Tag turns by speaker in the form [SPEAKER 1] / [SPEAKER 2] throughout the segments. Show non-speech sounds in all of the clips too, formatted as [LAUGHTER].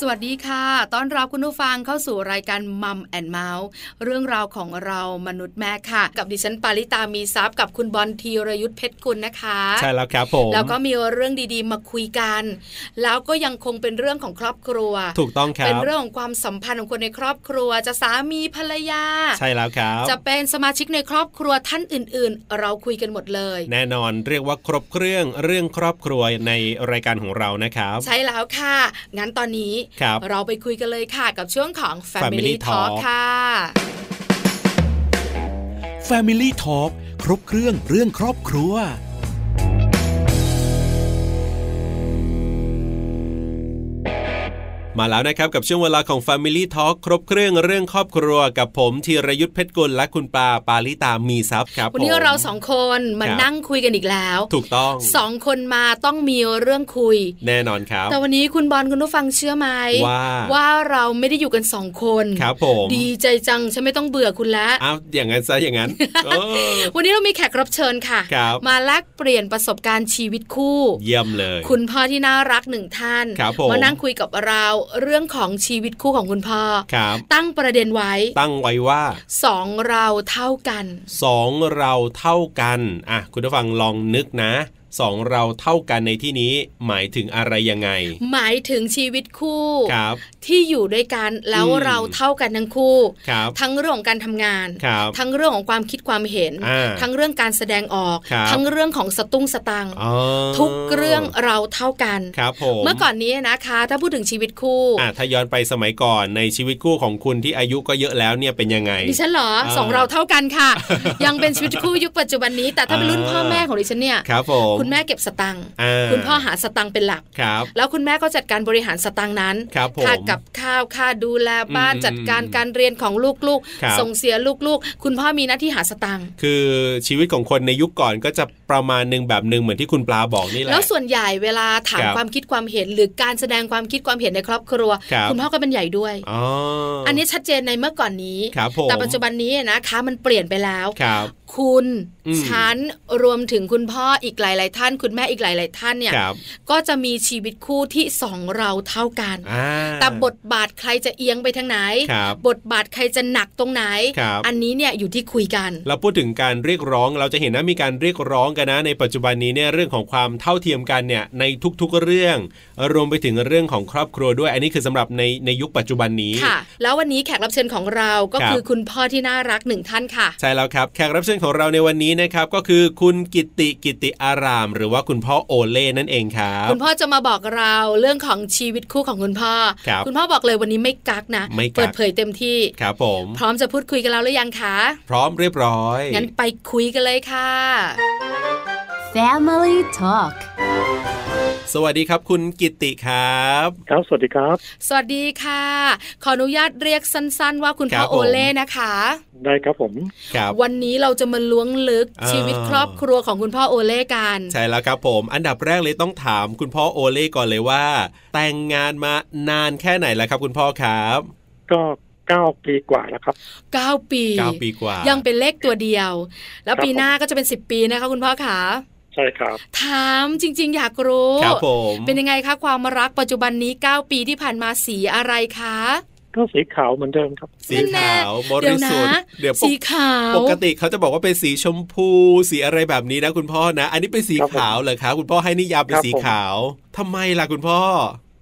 [SPEAKER 1] สวัสดีค่ะ ต้อนรับคุณผู้ฟังเข้าสู่รายการมัมแอนเมาส์เรื่องราวของเรามนุษย์แม่ค่ะ กับดิฉันปาริตามีซัพย์กับคุณบอลธีรยุทธเพชรกุลนะคะ
[SPEAKER 2] ใช่แล้วครับผม
[SPEAKER 1] แล้วก็มีเรื่องดีๆ มาคุยกัน แล้วก็ยังคงเป็นเรื่องของครอบครัว
[SPEAKER 2] ถูกต้องครั
[SPEAKER 1] เป็น
[SPEAKER 2] บ
[SPEAKER 1] เรื่องของความสัมพันธ์ของคนในครอบครัว จะสามีภรรยา
[SPEAKER 2] ใช่แล้วครับ
[SPEAKER 1] จะเป็นสมาชิกในครอบครัวท่านอื่นๆ เราคุยกันหมดเลย
[SPEAKER 2] แน่นอนเรียกว่าครบเครื่องเรื่องครอบครัวในรายการของเรานะครับ
[SPEAKER 1] ใช่แล้วค่ะ งั้นตอนนี้
[SPEAKER 2] ครับ
[SPEAKER 1] เราไปคุยกันเลยค่ะกับช่วงของ Family
[SPEAKER 2] Family
[SPEAKER 1] Talk
[SPEAKER 2] Talk
[SPEAKER 1] ค่ะ
[SPEAKER 3] Family Talk ครบเครื่องเรื่องครอบครัว
[SPEAKER 2] มาแล้วนะครับกับช่วงเวลาของ Family Talk ครบเครื่องเรื่องครอบครัวกับผมธีรยุทธเพชรกุลและคุณปาปาลิตามีซัพย์ครับ
[SPEAKER 1] วันนี้
[SPEAKER 2] ผม
[SPEAKER 1] เราสองคนมา
[SPEAKER 2] ครับ
[SPEAKER 1] นั่งคุยกันอีกแล้ว
[SPEAKER 2] ถูกต้อง
[SPEAKER 1] สองคนมาต้องมีเรื่องคุย
[SPEAKER 2] แน่นอนครับ
[SPEAKER 1] แต่วันนี้คุณบอลคุณผู้ฟังเชื่อไหม
[SPEAKER 2] ว่า
[SPEAKER 1] เราไม่ได้อยู่กันสองคน
[SPEAKER 2] ครับผม
[SPEAKER 1] ดีใจจังฉันไม่ต้องเบื่อคุณแล้ว
[SPEAKER 2] อ้าวอย่างนั้นซะ
[SPEAKER 1] [LAUGHS]
[SPEAKER 2] อย่างนั้นเออ
[SPEAKER 1] วันนี้เรามีแขกรับเชิญค่ะ
[SPEAKER 2] ครับ
[SPEAKER 1] มาแลกเปลี่ยนประสบการณ์ชีวิตคู่
[SPEAKER 2] เยี่ยมเลย
[SPEAKER 1] คุณพ่อที่น่ารักหนึ่งท่าน
[SPEAKER 2] ครับผม
[SPEAKER 1] นั่งคุยกับเราเรื่องของชีวิตคู่ของคุณพ่อ
[SPEAKER 2] ครับ
[SPEAKER 1] ตั้งประเด็นไว้
[SPEAKER 2] ตั้งไว้ว่า
[SPEAKER 1] สองเราเท่ากัน
[SPEAKER 2] สองเราเท่ากันอ่ะคุณผู้ฟังลองนึกนะสองเราเท่ากันในที่นี้หมายถึงอะไรยังไง
[SPEAKER 1] หมายถึงชีวิตคู่
[SPEAKER 2] ครับ
[SPEAKER 1] ที่อยู่ด้วยกันแล้ว
[SPEAKER 2] อืม
[SPEAKER 1] เราเท่ากันทั้งคู่
[SPEAKER 2] ครับ
[SPEAKER 1] ทั้งเรื่องของการทำงาน
[SPEAKER 2] ครับ
[SPEAKER 1] ทั้งเรื่องของความคิดความเห็น
[SPEAKER 2] อ่า
[SPEAKER 1] ทั้งเรื่องการแสดงออก
[SPEAKER 2] ครับ
[SPEAKER 1] ทั้งเรื่องของสตุ้งสตังค์
[SPEAKER 2] อ๋อ
[SPEAKER 1] ทุกเรื่องเราเท่ากัน
[SPEAKER 2] ครับผม
[SPEAKER 1] เมื่อก่อนนี้นะคะ ถ้าพูดถึงชีวิตคู่
[SPEAKER 2] อ่ะถ้าย้อนไปสมัยก่อนในชีวิตคู่ของคุณที่อายุก็เยอะแล้วเนี่ยเป็นยังไง
[SPEAKER 1] ดิฉันเหรอ
[SPEAKER 2] อ่า
[SPEAKER 1] สองเราเท่ากัน
[SPEAKER 2] [LAUGHS]
[SPEAKER 1] ค่ะ ยังเป็นชีวิตคู่ยุคปัจจุบันนี้ แต่ถ้าเป็น
[SPEAKER 2] อ่า
[SPEAKER 1] รุ่นพ่อแม่ของดิฉันเนี่ย
[SPEAKER 2] ครับผม
[SPEAKER 1] คุณแม่เก็บสตังค์
[SPEAKER 2] อ่า
[SPEAKER 1] คุณพ่อหาสตังค์เป็นหลัก
[SPEAKER 2] ครับ
[SPEAKER 1] แล้วคุณแม่ก็จัดการบริหารสตังค์นั้น
[SPEAKER 2] ครับผม
[SPEAKER 1] ค่ากับข้าวค่าดูแลบ้าน
[SPEAKER 2] อืม
[SPEAKER 1] จัดการการเรียนของลูก
[SPEAKER 2] ครับ
[SPEAKER 1] ๆ ส่งเสียลูกๆ คุณพ่อมีหน้าที่หาสตังค์
[SPEAKER 2] คือชีวิตของคนในยุคก่อนก็จะประมาณหนึ่งแบบหนึ่งเหมือนที่คุณปลาบอกนี่แหละ
[SPEAKER 1] แล้วส่วนใหญ่เวลาถาม
[SPEAKER 2] ครับ
[SPEAKER 1] ความคิดความเห็น หรือการแสดงความคิดความเห็นในครอบครัว
[SPEAKER 2] ครับ
[SPEAKER 1] ณพ่อก็เป็นใหญ่ด้วย
[SPEAKER 2] อ๋อ
[SPEAKER 1] อั
[SPEAKER 2] อั
[SPEAKER 1] นนี้ชัดเจนในเมื่อก่อนนี้
[SPEAKER 2] ครับผม
[SPEAKER 1] แต่ปัจจุบันนี้นะคะมันเปลี่ยนไปแล้ว
[SPEAKER 2] ครับ
[SPEAKER 1] คุณ
[SPEAKER 2] อืม
[SPEAKER 1] ฉันรวมถึงคุณพ่ออีกหลาย ๆ ท่าน คุณแม่อีกหลาย ๆ ท่านเนี่ย
[SPEAKER 2] ครับ
[SPEAKER 1] ก็จะมีชีวิตคู่ที่สองเราเท่ากัน
[SPEAKER 2] อ่า
[SPEAKER 1] แต่บทบาทใครจะเอียงไปทางไหน
[SPEAKER 2] ครับ
[SPEAKER 1] ทบาทใครจะหนักตรงไหน
[SPEAKER 2] ครับ
[SPEAKER 1] อันนี้เนี่ยอยู่ที่คุยกัน
[SPEAKER 2] เราพูดถึงการเรียกร้องเราจะเห็นนะมีการเรียกร้องกันนะ ในปัจจุบันนี้เนี่ยเรื่องของความเท่าเทียมกันเนี่ยในทุกๆเรื่อง รวมไปถึงเรื่องของครอบครัวด้วย อันนี้คือสำหรับในในยุคปัจจุบันนี้
[SPEAKER 1] ค่ะ แล้ววันนี้แขกรับเชิญของเราก็
[SPEAKER 2] ครับ
[SPEAKER 1] คือคุณพ่อที่น่ารักหนึ่งท่านค่ะ
[SPEAKER 2] ใช่แล้วครับแขกรับเชิญของเราในวันนี้นะครับก็คือคุณกิตติกิตติอาราม หรือว่าคุณพ่อโอเล่นั่นเองครับ
[SPEAKER 1] คุณพ่อจะมาบอกเราเรื่องของชีวิตคู่ของคุณพ่อ
[SPEAKER 2] ครับ
[SPEAKER 1] ณพ่อบอกเลยวันนี้ไม่กักนะ
[SPEAKER 2] ไม่กัก
[SPEAKER 1] เปิดเผยเต็มที่
[SPEAKER 2] ครับผม
[SPEAKER 1] พร้อมจะพูดคุยกันแล้วหรือยังคะ
[SPEAKER 2] พร้อมเรียบร้อย
[SPEAKER 1] งั้นไปคุยกันเลยค่ะ
[SPEAKER 4] Family Talk
[SPEAKER 2] สวัสดีครับ คุณกิตติครับ
[SPEAKER 5] ครับ สวัสดีครับ
[SPEAKER 1] สวัสดีค่ะ ขออนุญาตเรียกสั้นๆ ว่าคุณ
[SPEAKER 2] ครั
[SPEAKER 1] พ่อบ
[SPEAKER 2] ผม
[SPEAKER 1] โอเล่นะคะ
[SPEAKER 5] ได้ครับผม
[SPEAKER 2] ครับ
[SPEAKER 1] วันนี้เราจะมาล้วงลึก
[SPEAKER 2] อ่า
[SPEAKER 1] ชีวิตครอบครัวของคุณพ่อโอเล่กัน
[SPEAKER 2] ใช่แล้วครับผม อันดับแรกเลยต้องถามคุณพ่อโอเล่ก่อนเลยว่า แต่งงานมานานแค่ไหนแล้วครับ คุณพ่อครับ
[SPEAKER 5] ก็เก้าปีกว่าแล้วครับ
[SPEAKER 1] 9 ปี
[SPEAKER 2] เก้าปีกว่า
[SPEAKER 1] ยังเป็นเลขตัวเดียว แล้ว
[SPEAKER 5] ครับ
[SPEAKER 1] ปีหน้าก็จะเป็น 10 ปีนะคะคุณพ่อขา
[SPEAKER 5] ใช่ครับ
[SPEAKER 1] ถามจริงๆ อยากรู้
[SPEAKER 2] ครับผม
[SPEAKER 1] เป็นยังไงคะความรักปัจจุบันนี้ 9 ปีที่ผ่านมาสีอะไรคะ
[SPEAKER 5] ก็สีขาวเหมือนเดิมครับ
[SPEAKER 2] สีขาวบ
[SPEAKER 1] เดี๋ย
[SPEAKER 2] ริ
[SPEAKER 1] วนะ
[SPEAKER 2] สุทธิ์เดี๋ยวปก
[SPEAKER 1] สีขาว
[SPEAKER 2] ปกติเขาจะบอกว่าเป็นสีชมพู สีอะไรแบบนี้นะคุณพ่อนะ อันนี้เป็นสี
[SPEAKER 5] ครับผม
[SPEAKER 2] ขาวเหรอครับคุณพ่อให้นิยามเป็น
[SPEAKER 5] ครับ
[SPEAKER 2] สี
[SPEAKER 5] ผม
[SPEAKER 2] ขาวทำไมล่ะคุณพ่อ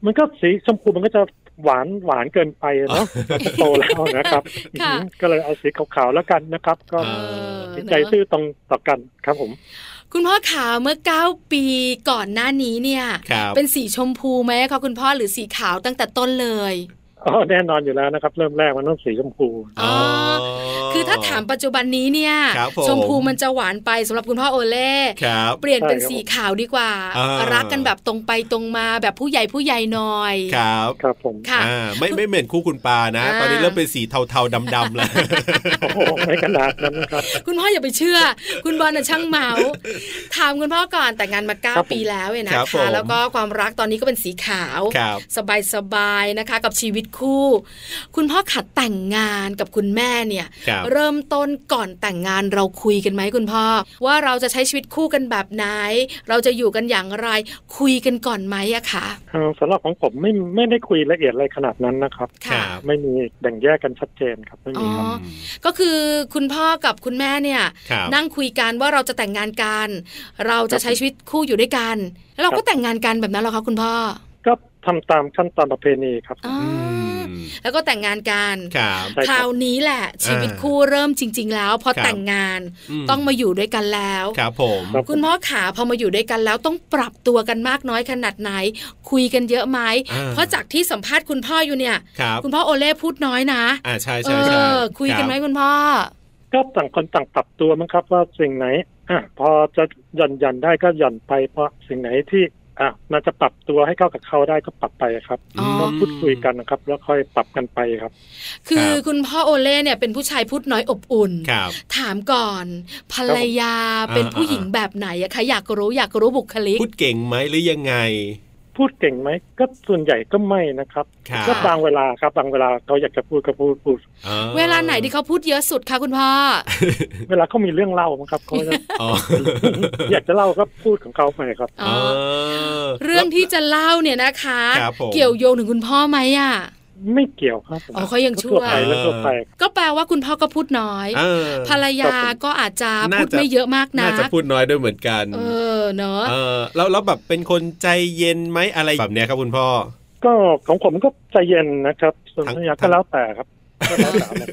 [SPEAKER 5] มันก็สีชมพูมันก็จะหวานหวานเกินไปอะเนาะมันโตแล้วนะครับ
[SPEAKER 1] ค่ะ
[SPEAKER 5] อืมก็เลยเอาสีขาวๆแล้วกันนะครับ ก็
[SPEAKER 2] เอ
[SPEAKER 1] เออ
[SPEAKER 5] จิตใจซื่อตรงต่อกันครับผม
[SPEAKER 1] คุณพ่อขาเมื่อ 9 ปีก่อนหน้านี้เนี่ย
[SPEAKER 2] ครับ
[SPEAKER 1] เป็นสีชมพูไหมคะคุณพ่อหรือสีขาวตั้งแต่ต้นเลย
[SPEAKER 5] อ๋อ แน่นอนอยู่แล้วนะครับ เริ่มแรกมันต้องสีชมพู
[SPEAKER 1] อ๋อ คือถ้าถามปัจจุบันนี้เนี่ย
[SPEAKER 2] ครับผม
[SPEAKER 1] ชมพูมันจะหวานไปสำหรับคุณพ่อโอเล่
[SPEAKER 2] ครับ
[SPEAKER 1] เปลี่ยนเป็น
[SPEAKER 5] ใช่ครับ
[SPEAKER 1] สีขาวดีกว่า
[SPEAKER 2] อ่า
[SPEAKER 1] รักกันแบบตรงไปตรงมาแบบผู้ใหญ่ผู้ใหญ่หน่อย
[SPEAKER 2] ครับ
[SPEAKER 5] ครับผม
[SPEAKER 1] ค่ะ
[SPEAKER 2] อ่าไม่ไม่เหม็นคู่คุณปานะ
[SPEAKER 1] อ่า
[SPEAKER 2] ตอนนี้เริ่มเป็นสีเทาๆดำๆแล้ว [LAUGHS]
[SPEAKER 5] โอ้โหไม่ขนาดนั้นนะครับ
[SPEAKER 1] คุณพ่ออย่าไปเชื่อ [LAUGHS] คุณบอลน่ะช่างเมาส์ถามคุณพ่อก่อนแต่งงานมาเก้า
[SPEAKER 5] ครับผม
[SPEAKER 1] ปีแล้วเนี่ยนะครับ
[SPEAKER 2] ผ
[SPEAKER 1] คะ
[SPEAKER 2] ม
[SPEAKER 1] แล้วก็ความรักตอนนี้ก็เป็นสีขาว
[SPEAKER 2] ครับ
[SPEAKER 1] สบายๆนะคะ กับชีวิต คู่ คุณพ่อขัดแต่งงานกับคุณแม่เนี่ย
[SPEAKER 2] ครับ
[SPEAKER 1] เริ่มต้นก่อนแต่งงานเราคุยกันไหมคุณพ่อ ว่าเราจะใช้ชีวิตคู่กันแบบไหน เราจะอยู่กันอย่างไรคุยกันก่อนไหมอะคะ
[SPEAKER 5] เอ่อสำหรับของผมไม่ไม่ได้คุยละเอียดอะไรขนาดนั้นนะครับ
[SPEAKER 2] ครั
[SPEAKER 1] ค่ะ
[SPEAKER 2] บ
[SPEAKER 5] ไม่มีแบ่งแยกกันชัดเจนครับไม่มีค
[SPEAKER 1] อ๋
[SPEAKER 5] รับ
[SPEAKER 1] อ ก็คือคุณพ่อกับคุณแม่เนี่ย
[SPEAKER 2] ครับ
[SPEAKER 1] นั่งคุยกันว่าเราจะแต่งงานกัน เราจะใช้ชีวิตคู่อยู่ด้วยกัน แล้วเรา
[SPEAKER 5] ครั
[SPEAKER 1] ก็
[SPEAKER 5] บ
[SPEAKER 1] แต่งงานกันแบบนั้นเหรอคะคุณพ่อ
[SPEAKER 5] ก็ทำตามขั้นตอนประเพณีครับ
[SPEAKER 1] อ๋อ
[SPEAKER 2] อื
[SPEAKER 1] อ
[SPEAKER 2] ม
[SPEAKER 1] แล้วก็แต่งงานกัน
[SPEAKER 2] ครับ
[SPEAKER 5] ใช่ครับ
[SPEAKER 1] คราวนี้แหละ ชีวิตคู่เริ่มจริง ๆ แล้ว พอ
[SPEAKER 2] ครับ
[SPEAKER 1] แต่งงาน
[SPEAKER 2] ม
[SPEAKER 1] ต้องมาอยู่ด้วยกันแล้ว
[SPEAKER 2] ครับผม
[SPEAKER 5] ครับ
[SPEAKER 1] คุณพ่อขาพอมาอยู่ด้วยกันแล้วต้องปรับตัวกันมากน้อยขนาดไหน คุยกันเยอะไหม
[SPEAKER 2] อ่า
[SPEAKER 1] เพราะจากที่สัมภาษณ์คุณพ่ออยู่เนี่ย
[SPEAKER 2] ครับ
[SPEAKER 1] คุณพ่อโอเล่พูดน้อยนะ
[SPEAKER 2] อ่าใช่
[SPEAKER 1] เอ
[SPEAKER 2] ใช่ใช่
[SPEAKER 1] อคุยกันไหม
[SPEAKER 2] รับ
[SPEAKER 1] คุณพ่อ
[SPEAKER 5] ก็ต่างคนต่างปรับตัวมั้งครับว่าสิ่งไหนอ่ะพอจะหย่อนหย่อนได้ก็หย่อนไป เพราะสิ่งไหนที่อ่ะน่าจะปรับตัวให้เข้ากับเขาได้ก็ปรับไปครับ
[SPEAKER 1] อ๋อ
[SPEAKER 5] ต้องพูดคุยกันนะครับ แล้วค่อยปรับกันไปครับ
[SPEAKER 1] คือคุณพ่อโอเล่เนี่ยเป็นผู้ชายพูดน้อยอบอุ่น
[SPEAKER 2] ครับ
[SPEAKER 1] ถามก่อนภรรยา
[SPEAKER 2] ครับผม
[SPEAKER 1] เป็นผู้หญิงแบบไหนอะคะอยากรู้อยากรู้บุคลิก
[SPEAKER 2] พูดเก่งไหมหรือยังไง
[SPEAKER 5] พูดเก่งไหมก็ส่วนใหญ่ก็ไม่นะครับ
[SPEAKER 2] ครับ
[SPEAKER 5] ก็บางเวลาครับบางเวลาเขาอยากจะพูดก็พูดพูด
[SPEAKER 2] อ๋อ
[SPEAKER 1] เวลาไหนที่เขาพูดเยอะสุดคะคุณพ่อ
[SPEAKER 5] เวลาเขามีเรื่องเล่ามั้งครับเขา
[SPEAKER 1] [LAUGHS]
[SPEAKER 5] จะ
[SPEAKER 2] อ๋อ
[SPEAKER 5] อยากจะเล่าก็พูดของเขาไปครับ
[SPEAKER 1] อ๋อ
[SPEAKER 2] อ
[SPEAKER 1] เรื่องที่จะเล่าเนี่ยนะคะ
[SPEAKER 2] ครับผม
[SPEAKER 1] เกี่ยวโยงถึงคุณพ่อไหมอะ
[SPEAKER 5] ไม่เกี่ยวครับ
[SPEAKER 1] อ๋อเขายังชั่
[SPEAKER 5] ทั่ว
[SPEAKER 1] ว
[SPEAKER 5] ไปแล้วทั่วไป
[SPEAKER 1] ก็แปลว่าคุณพ่อก็พูดน้อย
[SPEAKER 2] เออ
[SPEAKER 1] ภรรยาก็อาจจะ
[SPEAKER 2] น่า
[SPEAKER 1] พูด
[SPEAKER 2] จะ
[SPEAKER 1] ไม่เยอะมากนะ
[SPEAKER 2] น่าจะพูดน้อยด้วยเหมือนกัน
[SPEAKER 1] เออเนอะ
[SPEAKER 2] เออแล้วแล้วแบบเป็นคนใจเย็นไหมอะไรแบบเนี้ยครับคุณพ่อ
[SPEAKER 5] ก็ของผมก็ใจเย็นนะครับส่วน
[SPEAKER 2] ทั้ง
[SPEAKER 5] ภรรยาก็แล้วแต่ครับก็แล้วแต่ครับ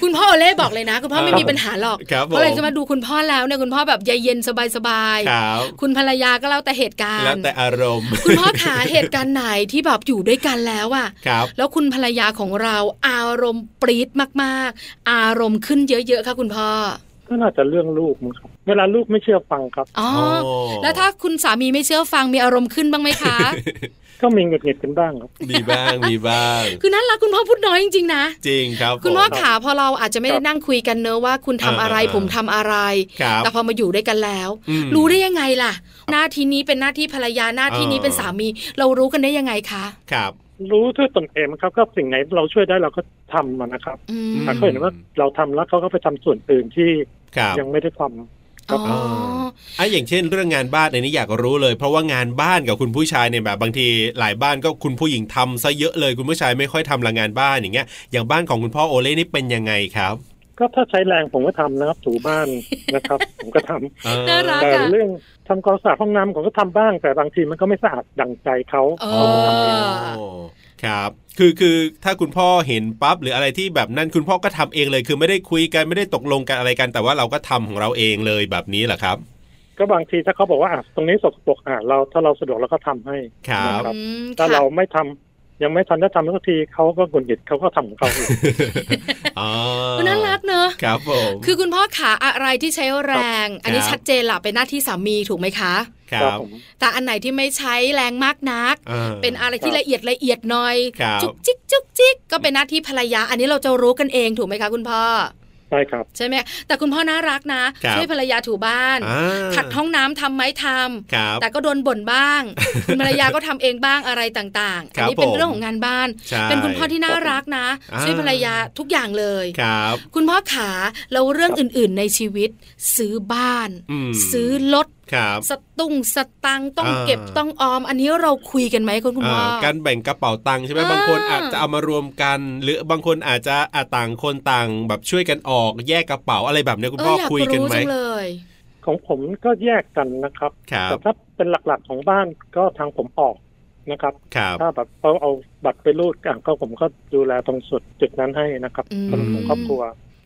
[SPEAKER 1] คุณพ่อโอเล่บอกเลยนะ คุณพ่อไม่มีปัญหาหรอก
[SPEAKER 2] [LAUGHS] ครับผม
[SPEAKER 1] เพราะเลยจะมาดูคุณพ่อแล้วเนี่ยคุณพ่อแบบใจเย็นสบาย
[SPEAKER 2] ครับ
[SPEAKER 1] ๆคุณภรรยาก็แล้วแต่เหตุการ
[SPEAKER 2] แล้ว
[SPEAKER 1] ณ์
[SPEAKER 2] แต่อารมณ์
[SPEAKER 1] คุณพ่อขาเหตุการณ์ไหนที่แบบอยู่ด้วยกันแล้วอะ
[SPEAKER 2] ครับ
[SPEAKER 1] แล้วคุณภรรยาของเราอารมณ์ปรี๊ดมากๆ อารมณ์ขึ้นเยอะๆค่ะคุณพ่อ
[SPEAKER 5] ก็น่าจะเรื่องลูกมั้งครับ เวลาลูกไม่เชื่อฟังครับ
[SPEAKER 1] อ๋อ
[SPEAKER 2] โอ้
[SPEAKER 1] แล้วถ้าคุณสามีไม่เชื่อฟังมีอารมณ์ขึ้นบ้างไหมคะ
[SPEAKER 5] ก็มีหงุดหงิดกันบ้างครับ
[SPEAKER 2] มีบ้างมีบ้าง
[SPEAKER 1] คือนั่นละคุณพ่อพูดน้อยจริงๆนะ
[SPEAKER 2] จริงครับ
[SPEAKER 1] คุณ
[SPEAKER 2] ผม
[SPEAKER 1] พ่อขาพอเราอาจจะไม่ได้
[SPEAKER 5] ครับ
[SPEAKER 1] นั่งคุยกันเนอะว่าคุณทำอะไร
[SPEAKER 2] อ่าๆ
[SPEAKER 1] ผมทำอะไร
[SPEAKER 2] ครับ
[SPEAKER 1] แต่พอมาอยู่ด้วยกันแล้ว
[SPEAKER 2] อืม
[SPEAKER 1] รู้ได้ยังไงล่ะ หน้าที่นี้เป็นหน้าที่ภรรยาหน้าที่นี้เป็นสามี เรารู้กันได้ยังไงคะ
[SPEAKER 2] ครับ
[SPEAKER 5] รู้ด้วยตนเองมั้งครับ ก็สิ่งไหนเราช่วยได้เราก็ทำมันนะครับ
[SPEAKER 1] อืม
[SPEAKER 2] ม
[SPEAKER 5] แต่เขาเห็นว่าเราทำแล้วเขาก็ไปทำส่วนอื่นที่
[SPEAKER 2] ครับ
[SPEAKER 5] ยังไม่ได้ทำ
[SPEAKER 1] อ๋อ
[SPEAKER 2] อ่ะอย่างเช่นเรื่องงานบ้านในนี้อยากรู้เลย เพราะว่างานบ้านกับคุณผู้ชายเนี่ยแบบบางทีหลายบ้านก็คุณผู้หญิงทำซะเยอะเลยคุณผู้ชายไม่ค่อยทำละงานบ้านอย่างเงี้ยอย่างบ้านของคุณพ่อโอเล่นี่เป็นยังไงครับ
[SPEAKER 5] ก็ถ้าใช้แรงผมก็ทำนะครับถูบ้านนะครับ
[SPEAKER 2] [LAUGHS]
[SPEAKER 5] ผมก็ทำ
[SPEAKER 2] เออ
[SPEAKER 1] น่ารัก
[SPEAKER 5] แต่เรื่องทำความสะอาดห้องน้ำผมก็ทำบ้าง แต่บางทีมันก็ไม่สะอาดดังใจเขา
[SPEAKER 1] เอ
[SPEAKER 5] เขาก็ทำเอง
[SPEAKER 1] อ
[SPEAKER 2] โอ้ครับ คือคือถ้าคุณพ่อเห็นปั๊บหรืออะไรที่แบบนั้นคุณพ่อก็ทำเองเลย คือไม่ได้คุยกันไม่ได้ตกลงกันอะไรกัน แต่ว่าเราก็ทำของเราเองเลยแบบนี้เหรอครับ
[SPEAKER 5] ก็บางทีถ้าเขาบอกว่าอ่ะตรงนี้สกปรกอ่ะเราถ้าเราสะดวกเราก็ทำให้
[SPEAKER 2] ครับ
[SPEAKER 5] นะครับ
[SPEAKER 1] อืม
[SPEAKER 5] ถ้า
[SPEAKER 1] ค่ะ
[SPEAKER 5] เราไม่ทำยังไม่ทันได้ทำสักทีเขาก็หงุดหงิดเขาก็ทำของเขาอยู่
[SPEAKER 2] อ๋ [LAUGHS] อ
[SPEAKER 1] เออน่ารักเนอะ
[SPEAKER 2] ครับผม
[SPEAKER 1] คือคุณพ่อขาอะไรที่ใช้แรง อันนี้ชัดเจนล่ะเป็นหน้าที่สามีถูกไหมคะ
[SPEAKER 2] ค
[SPEAKER 5] ครั
[SPEAKER 2] รั
[SPEAKER 5] บบ ผม
[SPEAKER 1] แต่อันไหนที่ไม่ใช้แรงมากนัก
[SPEAKER 2] อ่า
[SPEAKER 1] เป็นอะไรที่
[SPEAKER 5] ครับ
[SPEAKER 1] ละเอียดละเอียดหน่อย
[SPEAKER 2] ครับ
[SPEAKER 1] จุกจิกจุกจิกก็เป็นหน้าที่ภรรยา อันนี้เราจะรู้กันเองถูกไหมคะคุณพ่อ
[SPEAKER 5] ใช่ครับ
[SPEAKER 1] ใช่ไหมแต่คุณพ่อน่ารักนะ
[SPEAKER 2] ครับ
[SPEAKER 1] ช่วยภรรยาถูบ้าน
[SPEAKER 2] อ่า
[SPEAKER 1] ขัดห้องน้ำทำไหมทำ
[SPEAKER 2] ครับ
[SPEAKER 1] แต่ก็โดนบ่นบ้าง คุณภรรยาก็ทำเองบ้างอะไรต่างๆ
[SPEAKER 2] ค
[SPEAKER 1] อั
[SPEAKER 2] รับ
[SPEAKER 1] นี้เป็น
[SPEAKER 2] ผม
[SPEAKER 1] เรื่องของงานบ้าน
[SPEAKER 2] ใช่
[SPEAKER 1] เป็นคุณพ่อที่น่ารักนะ
[SPEAKER 2] อ่า
[SPEAKER 1] ช่วยภรรยาทุกอย่างเลย
[SPEAKER 2] ครับ
[SPEAKER 1] คุณพ่อขาแล้วเรื่องอื่นๆในชีวิต ซื้อบ้าน
[SPEAKER 2] อืม
[SPEAKER 1] ซื้อรถ
[SPEAKER 2] ครับ
[SPEAKER 1] สตุ้งสตังค์ต้อง
[SPEAKER 2] อ่า
[SPEAKER 1] เก็บต้องออม อันนี้เราคุยกันไหมคุณคุณพ่อ
[SPEAKER 2] อ่าการแบ่งกระเป๋าตังค์ใช่ไหม
[SPEAKER 1] อ่า
[SPEAKER 2] บางคนอาจจะเอามารวมกัน หรือบางคนอาจจะอาต่างคนต่างแบบช่วยกันออกแยกกระเป๋าอะไรแบบเนี้ยคุณ
[SPEAKER 1] เอ
[SPEAKER 2] พ่
[SPEAKER 1] อ
[SPEAKER 2] อ
[SPEAKER 1] อยาก
[SPEAKER 2] คุยกัน
[SPEAKER 1] รู้
[SPEAKER 2] ไหม
[SPEAKER 1] จังเลย
[SPEAKER 5] ของผมก็แยกกันนะครับ
[SPEAKER 2] ครับ
[SPEAKER 5] แต่ถ้าเป็นหลักๆของบ้านก็ทางผมออกนะครับ
[SPEAKER 2] ครับ
[SPEAKER 5] ถ้าแบบเขาเอาบัตรไปรูดอ่ะก็ผมก็ดูแลตรงสุดจุดนั้นให้นะครับ
[SPEAKER 1] อืม
[SPEAKER 5] สำหรับของครอบครัว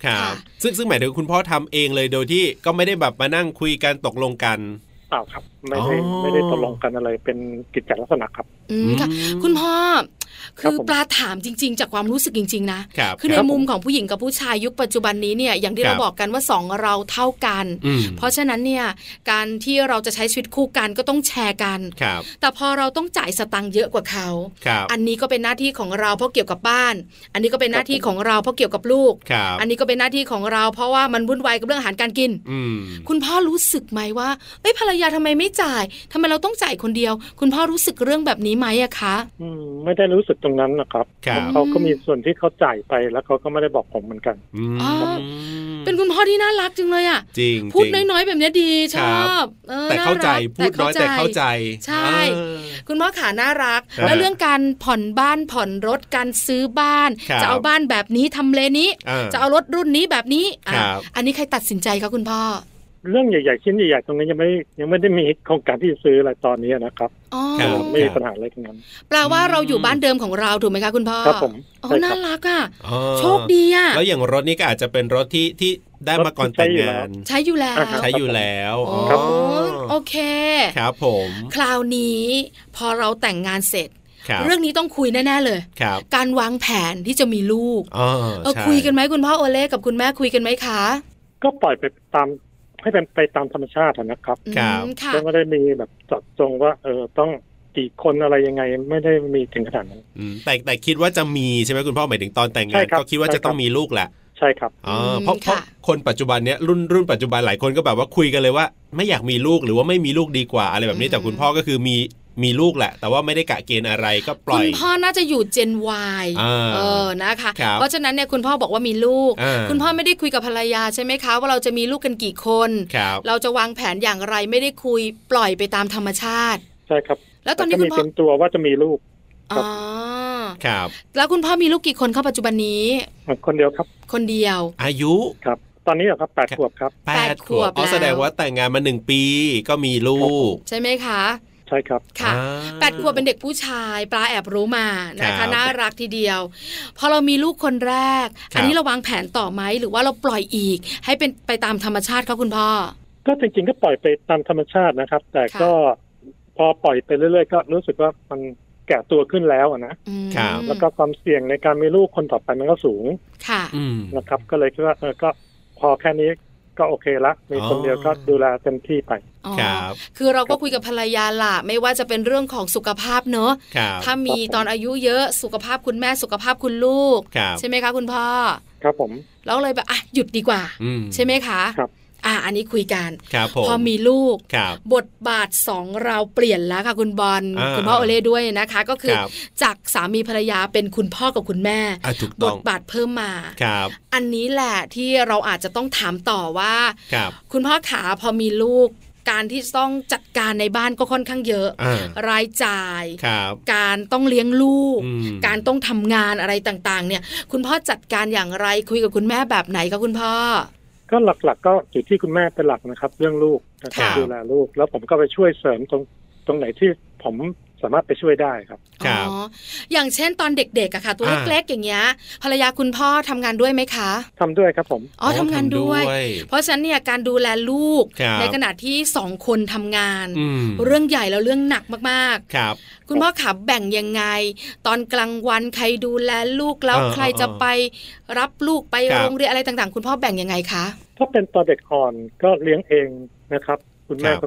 [SPEAKER 2] ครับ
[SPEAKER 1] ค่ะ
[SPEAKER 2] ซึ่งซึ่งหมายถึงคุณพ่อทำเองเลยโดยที่ก็ไม่ได้แบบมานั่งคุยกันตกลงกัน
[SPEAKER 5] เปล่าครับ ไม่ได้
[SPEAKER 2] อ๋อ
[SPEAKER 5] ไม่ได้ตกลงกันอะไรเป็นกิจจลักษณะครับ
[SPEAKER 1] อืมค่ะ คุณพ่อ
[SPEAKER 5] ครับ
[SPEAKER 1] คือ
[SPEAKER 5] ผม
[SPEAKER 1] ปลาถามจริง ๆ จากความรู้สึกจริง ๆ นะ
[SPEAKER 2] ครับ
[SPEAKER 1] คือใน
[SPEAKER 5] ครับ
[SPEAKER 1] มุมของผู้หญิงกับผู้ชายยุคปัจจุบันนี้เนี่ยอย่างที่เราบอกกันว่าสองเราเท่ากัน
[SPEAKER 2] อืม
[SPEAKER 1] เพราะฉะนั้นเนี่ยการที่เราจะใช้ชีวิตคู่กันก็ต้องแชร์กัน
[SPEAKER 2] ครับ
[SPEAKER 1] แต่พอเราต้องจ่ายสตังค์เยอะกว่าเขา
[SPEAKER 2] ครับ
[SPEAKER 1] อันนี้ก็เป็นหน้าที่ของเราเพราะเกี่ยวกับบ้าน อันนี้ก็เป็นหน้าที่ของเราเพราะเกี่ยวกับลูก
[SPEAKER 2] ครับ
[SPEAKER 1] อันนี้ก็เป็นหน้าที่ของเราเพราะว่ามันวุ่นวายกับเรื่องอาหารการกิน
[SPEAKER 2] อืม
[SPEAKER 1] คุณพ่อรู้สึกไหมว่าเอ้ยภรรยาทำไมไม่จ่ายทำไมเราต้องจ่ายคนเดียว คุณพ่อรู้สึกเรื่องแบบนี้ไหมอะคะ
[SPEAKER 5] อืมไม่ได้รู้สึก จุดตรงนั้นนะครับ
[SPEAKER 2] ครับ
[SPEAKER 5] เขาก็มีส่วนที่เขาจ่ายไปแล้วเขาก็ไม่ได้บอกผมเหมือนกัน
[SPEAKER 2] อืม
[SPEAKER 1] อ๋อ เป็นคุณพ่อที่น่ารักจังเลยอ่ะ
[SPEAKER 2] จริง
[SPEAKER 1] พูด
[SPEAKER 2] จริง
[SPEAKER 1] น้อยๆ แบบเนี้ยดีช
[SPEAKER 2] ครั
[SPEAKER 1] อ
[SPEAKER 2] บ
[SPEAKER 1] บออ
[SPEAKER 2] แต่เข้าใจ
[SPEAKER 1] น่รัก
[SPEAKER 2] พูดน้อยแต่เข้าใจ
[SPEAKER 1] ใช่
[SPEAKER 2] เออ
[SPEAKER 1] คุณพ่อขาน่ารัก
[SPEAKER 2] อ่า
[SPEAKER 1] แล้วเรื่องการผ่อนบ้านผ่อนรถการซื้อบ้าน
[SPEAKER 2] ครับ
[SPEAKER 1] จะเอาบ้านแบบนี้ทำเลนี้
[SPEAKER 2] อ่า
[SPEAKER 1] จะเอารถรุ่นนี้แบบนี้อ่ะ
[SPEAKER 2] ครับ
[SPEAKER 1] อันนี้ใครตัดสินใจคะคุณพ่อ
[SPEAKER 5] เรื่องใหญ่ๆชิ้นใหญ่ๆตรงนี้ยังไม่ยังไม่ได้มีโครงการที่จะซื้ออะไรตอนนี้นะครับ
[SPEAKER 1] อ๋อ
[SPEAKER 2] ครับ
[SPEAKER 5] ไม่มีปัญหาอะไรทั้งนั้น
[SPEAKER 1] แปลว่าเราอยู่บ้านเดิมของเราถูกไหมคะคุณพ่อ
[SPEAKER 5] ครับผม
[SPEAKER 1] อ๋อ
[SPEAKER 5] ใช่ครับ
[SPEAKER 1] น่ารักอ่ะ
[SPEAKER 2] อ๋อ
[SPEAKER 1] โชคดีอ่ะ
[SPEAKER 2] แล้วอย่างรถนี่ก็อาจจะเป็นรถที่ที่ได้มาก่อนแต่งงาน
[SPEAKER 1] ใช้อยู่แล้ว
[SPEAKER 5] ใช้
[SPEAKER 2] ใช้
[SPEAKER 5] อ
[SPEAKER 2] อยู่ยู่
[SPEAKER 5] แล้
[SPEAKER 2] แล้ว
[SPEAKER 1] โอ้
[SPEAKER 5] ครับ
[SPEAKER 1] โอเค
[SPEAKER 2] ครับผม
[SPEAKER 1] คราวนี้พอเราแต่งงานเสร็จ
[SPEAKER 2] ครับ
[SPEAKER 1] เรื่องนี้ต้องคุยแน่ๆเลย
[SPEAKER 2] ครับ
[SPEAKER 1] การวางแผนที่จะมีลูก
[SPEAKER 2] อ๋อ
[SPEAKER 1] เออ
[SPEAKER 2] ใช่
[SPEAKER 1] คุยกันไหมคุณพ่อโอเล่กับคุณแม่คุยกันไหมคะ
[SPEAKER 5] ก็ปล่อยไปตามให้เป็นไปตามธรรมชาติอะนะครับ
[SPEAKER 1] อืมค่ะ
[SPEAKER 5] ก็ไม่ได้มีแบบจัดจงว่าเออต้องกี่คนอะไรยังไงไม่ได้มีถึงขนาดนั้น
[SPEAKER 2] อืมแต่แต่คิดว่าจะมีใช่ไหมคุณพ่อหมายถึงตอนแต่งงาน
[SPEAKER 5] ใช่ครับ
[SPEAKER 2] ก็คิดว่าจะต้อง
[SPEAKER 5] ใช่ค
[SPEAKER 2] มี
[SPEAKER 5] รับ
[SPEAKER 2] ลูกแหละ
[SPEAKER 5] ใช่ครับ
[SPEAKER 2] อ๋ออ
[SPEAKER 1] ม
[SPEAKER 2] เพราะเพราะ
[SPEAKER 1] ค่ะ
[SPEAKER 2] คนปัจจุบันเนี้ยรุ่นรุ่นปัจจุบันหลายคนก็แบบว่าคุยกันเลยว่า ไม่อยากมีลูกหรือว่าไม่มีลูกดีกว่าอะไรแบบนี้แต่คุณพ่อก็คือมีมีลูกแหละ แต่ว่าไม่ได้กะเกณฑ์อะไรก็ปล่
[SPEAKER 1] คุ
[SPEAKER 2] อย
[SPEAKER 1] ณพ่อน่าจะอยู่เจนวาย
[SPEAKER 2] อ่า
[SPEAKER 1] เออนะคะ
[SPEAKER 2] ครับ
[SPEAKER 1] เพราะฉะนั้นเนี่ยคุณพ่อบอกว่ามีลูก
[SPEAKER 2] อ่า
[SPEAKER 1] คุณพ่อไม่ได้คุยกับภรรยาใช่ไหมคะ ว่าเราจะมีลูกกันกี่คน
[SPEAKER 2] ครับ
[SPEAKER 1] เราจะวางแผนอย่างไรไม่ได้คุยปล่อยไปตามธรรมชาติ
[SPEAKER 5] ใช่ครับ
[SPEAKER 1] แล้วตอน
[SPEAKER 5] ก็
[SPEAKER 1] นี้คุ
[SPEAKER 5] มี
[SPEAKER 1] ณพ่
[SPEAKER 5] เต
[SPEAKER 1] อ
[SPEAKER 5] รียมตัวว่าจะมีลูก ครั
[SPEAKER 1] อ๋
[SPEAKER 5] บ
[SPEAKER 1] อ
[SPEAKER 2] ครับ
[SPEAKER 1] แล้วคุณพ่อมีลูกกี่คนเข้าปัจจุบันนี้
[SPEAKER 5] คนเดียวครับ
[SPEAKER 1] คนเดียว
[SPEAKER 2] อายุ
[SPEAKER 5] ครับ ตอนนี้เหรอครับแปดขวบครับ
[SPEAKER 2] แป
[SPEAKER 1] แป
[SPEAKER 2] ด
[SPEAKER 1] ด
[SPEAKER 2] ข
[SPEAKER 1] ข
[SPEAKER 2] ว
[SPEAKER 1] ว
[SPEAKER 2] บบ อ๋อ
[SPEAKER 1] แล้ว
[SPEAKER 2] แสดงว่าแต่งงานมาหนึ่งปีก็มีลูก
[SPEAKER 1] ใช่ไหมคะ
[SPEAKER 5] ใช่ครับ
[SPEAKER 1] ค่ะ
[SPEAKER 2] อ่า
[SPEAKER 1] แปดขวบเป็นเด็กผู้ชายปลาแอบรู้มานะ
[SPEAKER 2] ครั
[SPEAKER 1] คะ
[SPEAKER 2] บ
[SPEAKER 1] น่ารักทีเดียว พอเรามีลูกคนแรก อันนี้เราวางแผนต่อไหมหรือว่าเราปล่อยอีก ให้เป็นไปตามธรรมชาติครับคุณพ่อ
[SPEAKER 5] ก็จริงๆก็ปล่อยไปตามธรรมชาตินะครับ แต่ก็พอปล่อยไปเรื่อยๆก็รู้สึกว่ามันแก่ตัวขึ้นแล้วอะนะ
[SPEAKER 1] อืม
[SPEAKER 2] ครับ
[SPEAKER 5] แล้วก็ความเสี่ยงในการมีลูกคนต่อไปมันก็สูง
[SPEAKER 1] ค่ะ
[SPEAKER 2] อืม
[SPEAKER 5] นะครับ ก็เลยคิดว่าเออก็พอแค่นี้ก็โอเคละมีคนเดียวก็ดูแลเต็มที่ไป
[SPEAKER 1] อ๋อ
[SPEAKER 2] ครับ
[SPEAKER 1] คือเราก็คุยกับภรรยาล่ะ ไม่ว่าจะเป็นเรื่องของสุขภาพเนอะ
[SPEAKER 2] ครับ
[SPEAKER 1] ถ้ามีตอนอายุเยอะสุขภาพคุณแม่สุขภาพคุณลูก
[SPEAKER 2] ครับ
[SPEAKER 1] ใช่ไหมคะคุณพ่อ
[SPEAKER 5] ครับผม
[SPEAKER 1] แล้วเลยแบบอ่ะหยุดดีกว่า
[SPEAKER 2] อื
[SPEAKER 1] ใช่ไหมคะ
[SPEAKER 5] ครับ
[SPEAKER 1] อ่ะอันนี้คุยกัน
[SPEAKER 2] ครับผม
[SPEAKER 1] พอมีลูก
[SPEAKER 2] ครับ
[SPEAKER 1] บทบาทสองเราเปลี่ยนแล้วค่ะคุณบอล
[SPEAKER 2] อ่า
[SPEAKER 1] คุณพ่อโอเล่ด้วยนะคะ ก็คือ
[SPEAKER 2] ครับ
[SPEAKER 1] จากสามีภรรยาเป็นคุณพ่อกับคุณแม่
[SPEAKER 2] อ่ะถูก
[SPEAKER 1] บ
[SPEAKER 2] ต้อ
[SPEAKER 1] ท
[SPEAKER 2] ง
[SPEAKER 1] บาทเพิ่มมา
[SPEAKER 2] ครับ
[SPEAKER 1] อันนี้แหละที่เราอาจจะต้องถามต่อว่า
[SPEAKER 2] ครับ
[SPEAKER 1] คุณพ่อขาพอมีลูก การที่ต้องจัดการในบ้านก็ค่อนข้างเยอะ
[SPEAKER 2] อ่าร
[SPEAKER 1] ายจ่าย
[SPEAKER 2] ครับ
[SPEAKER 1] การต้องเลี้ยงลูก
[SPEAKER 2] อืม
[SPEAKER 1] การต้องทำงานอะไรต่างๆ เนี่ย คุณพ่อจัดการอย่างไรคุยกับคุณแม่แบบไหนคะคุณพ่อ
[SPEAKER 5] ก็หลักๆ ก็อยู่ที่คุณแม่เป็นหลักนะครับ เรื่องลูกนะครับ
[SPEAKER 1] ค่ะ
[SPEAKER 5] ดูแลลูก แล้วผมก็ไปช่วยเสริมตรงตรงไหนที่ผมสามารถไปช่วยได้ครับ
[SPEAKER 2] ครับ
[SPEAKER 1] อ๋ออย่างเช่นตอนเด็กๆอะค่ะ ตัว
[SPEAKER 2] อ่า
[SPEAKER 1] เล็กๆอย่างเงี้ยภรรยาคุณพ่อทำงานด้วยไหมคะ
[SPEAKER 5] ทำด้วยครับผม
[SPEAKER 1] อ๋อทำงานด้วย เพราะฉะนั้นเนี่ยการดูแลลูก
[SPEAKER 2] ครับ
[SPEAKER 1] ในขณะที่สองคนทำงาน
[SPEAKER 2] อืม
[SPEAKER 1] เรื่องใหญ่แล้วเรื่องหนักมาก
[SPEAKER 2] ครับ
[SPEAKER 1] ๆ คุณพ่อขาแบ่งยังไง ตอนกลางวันใครดูแลลูกแล้วใครจะไปรับลูกไปโรงเรียนอะไรต่างๆ คุณพ่อแบ่งยังไงคะ
[SPEAKER 5] ถ้าเป็นตอนเด็กอ่อนก็เลี้ยงเองนะครับ คุณแม่ก็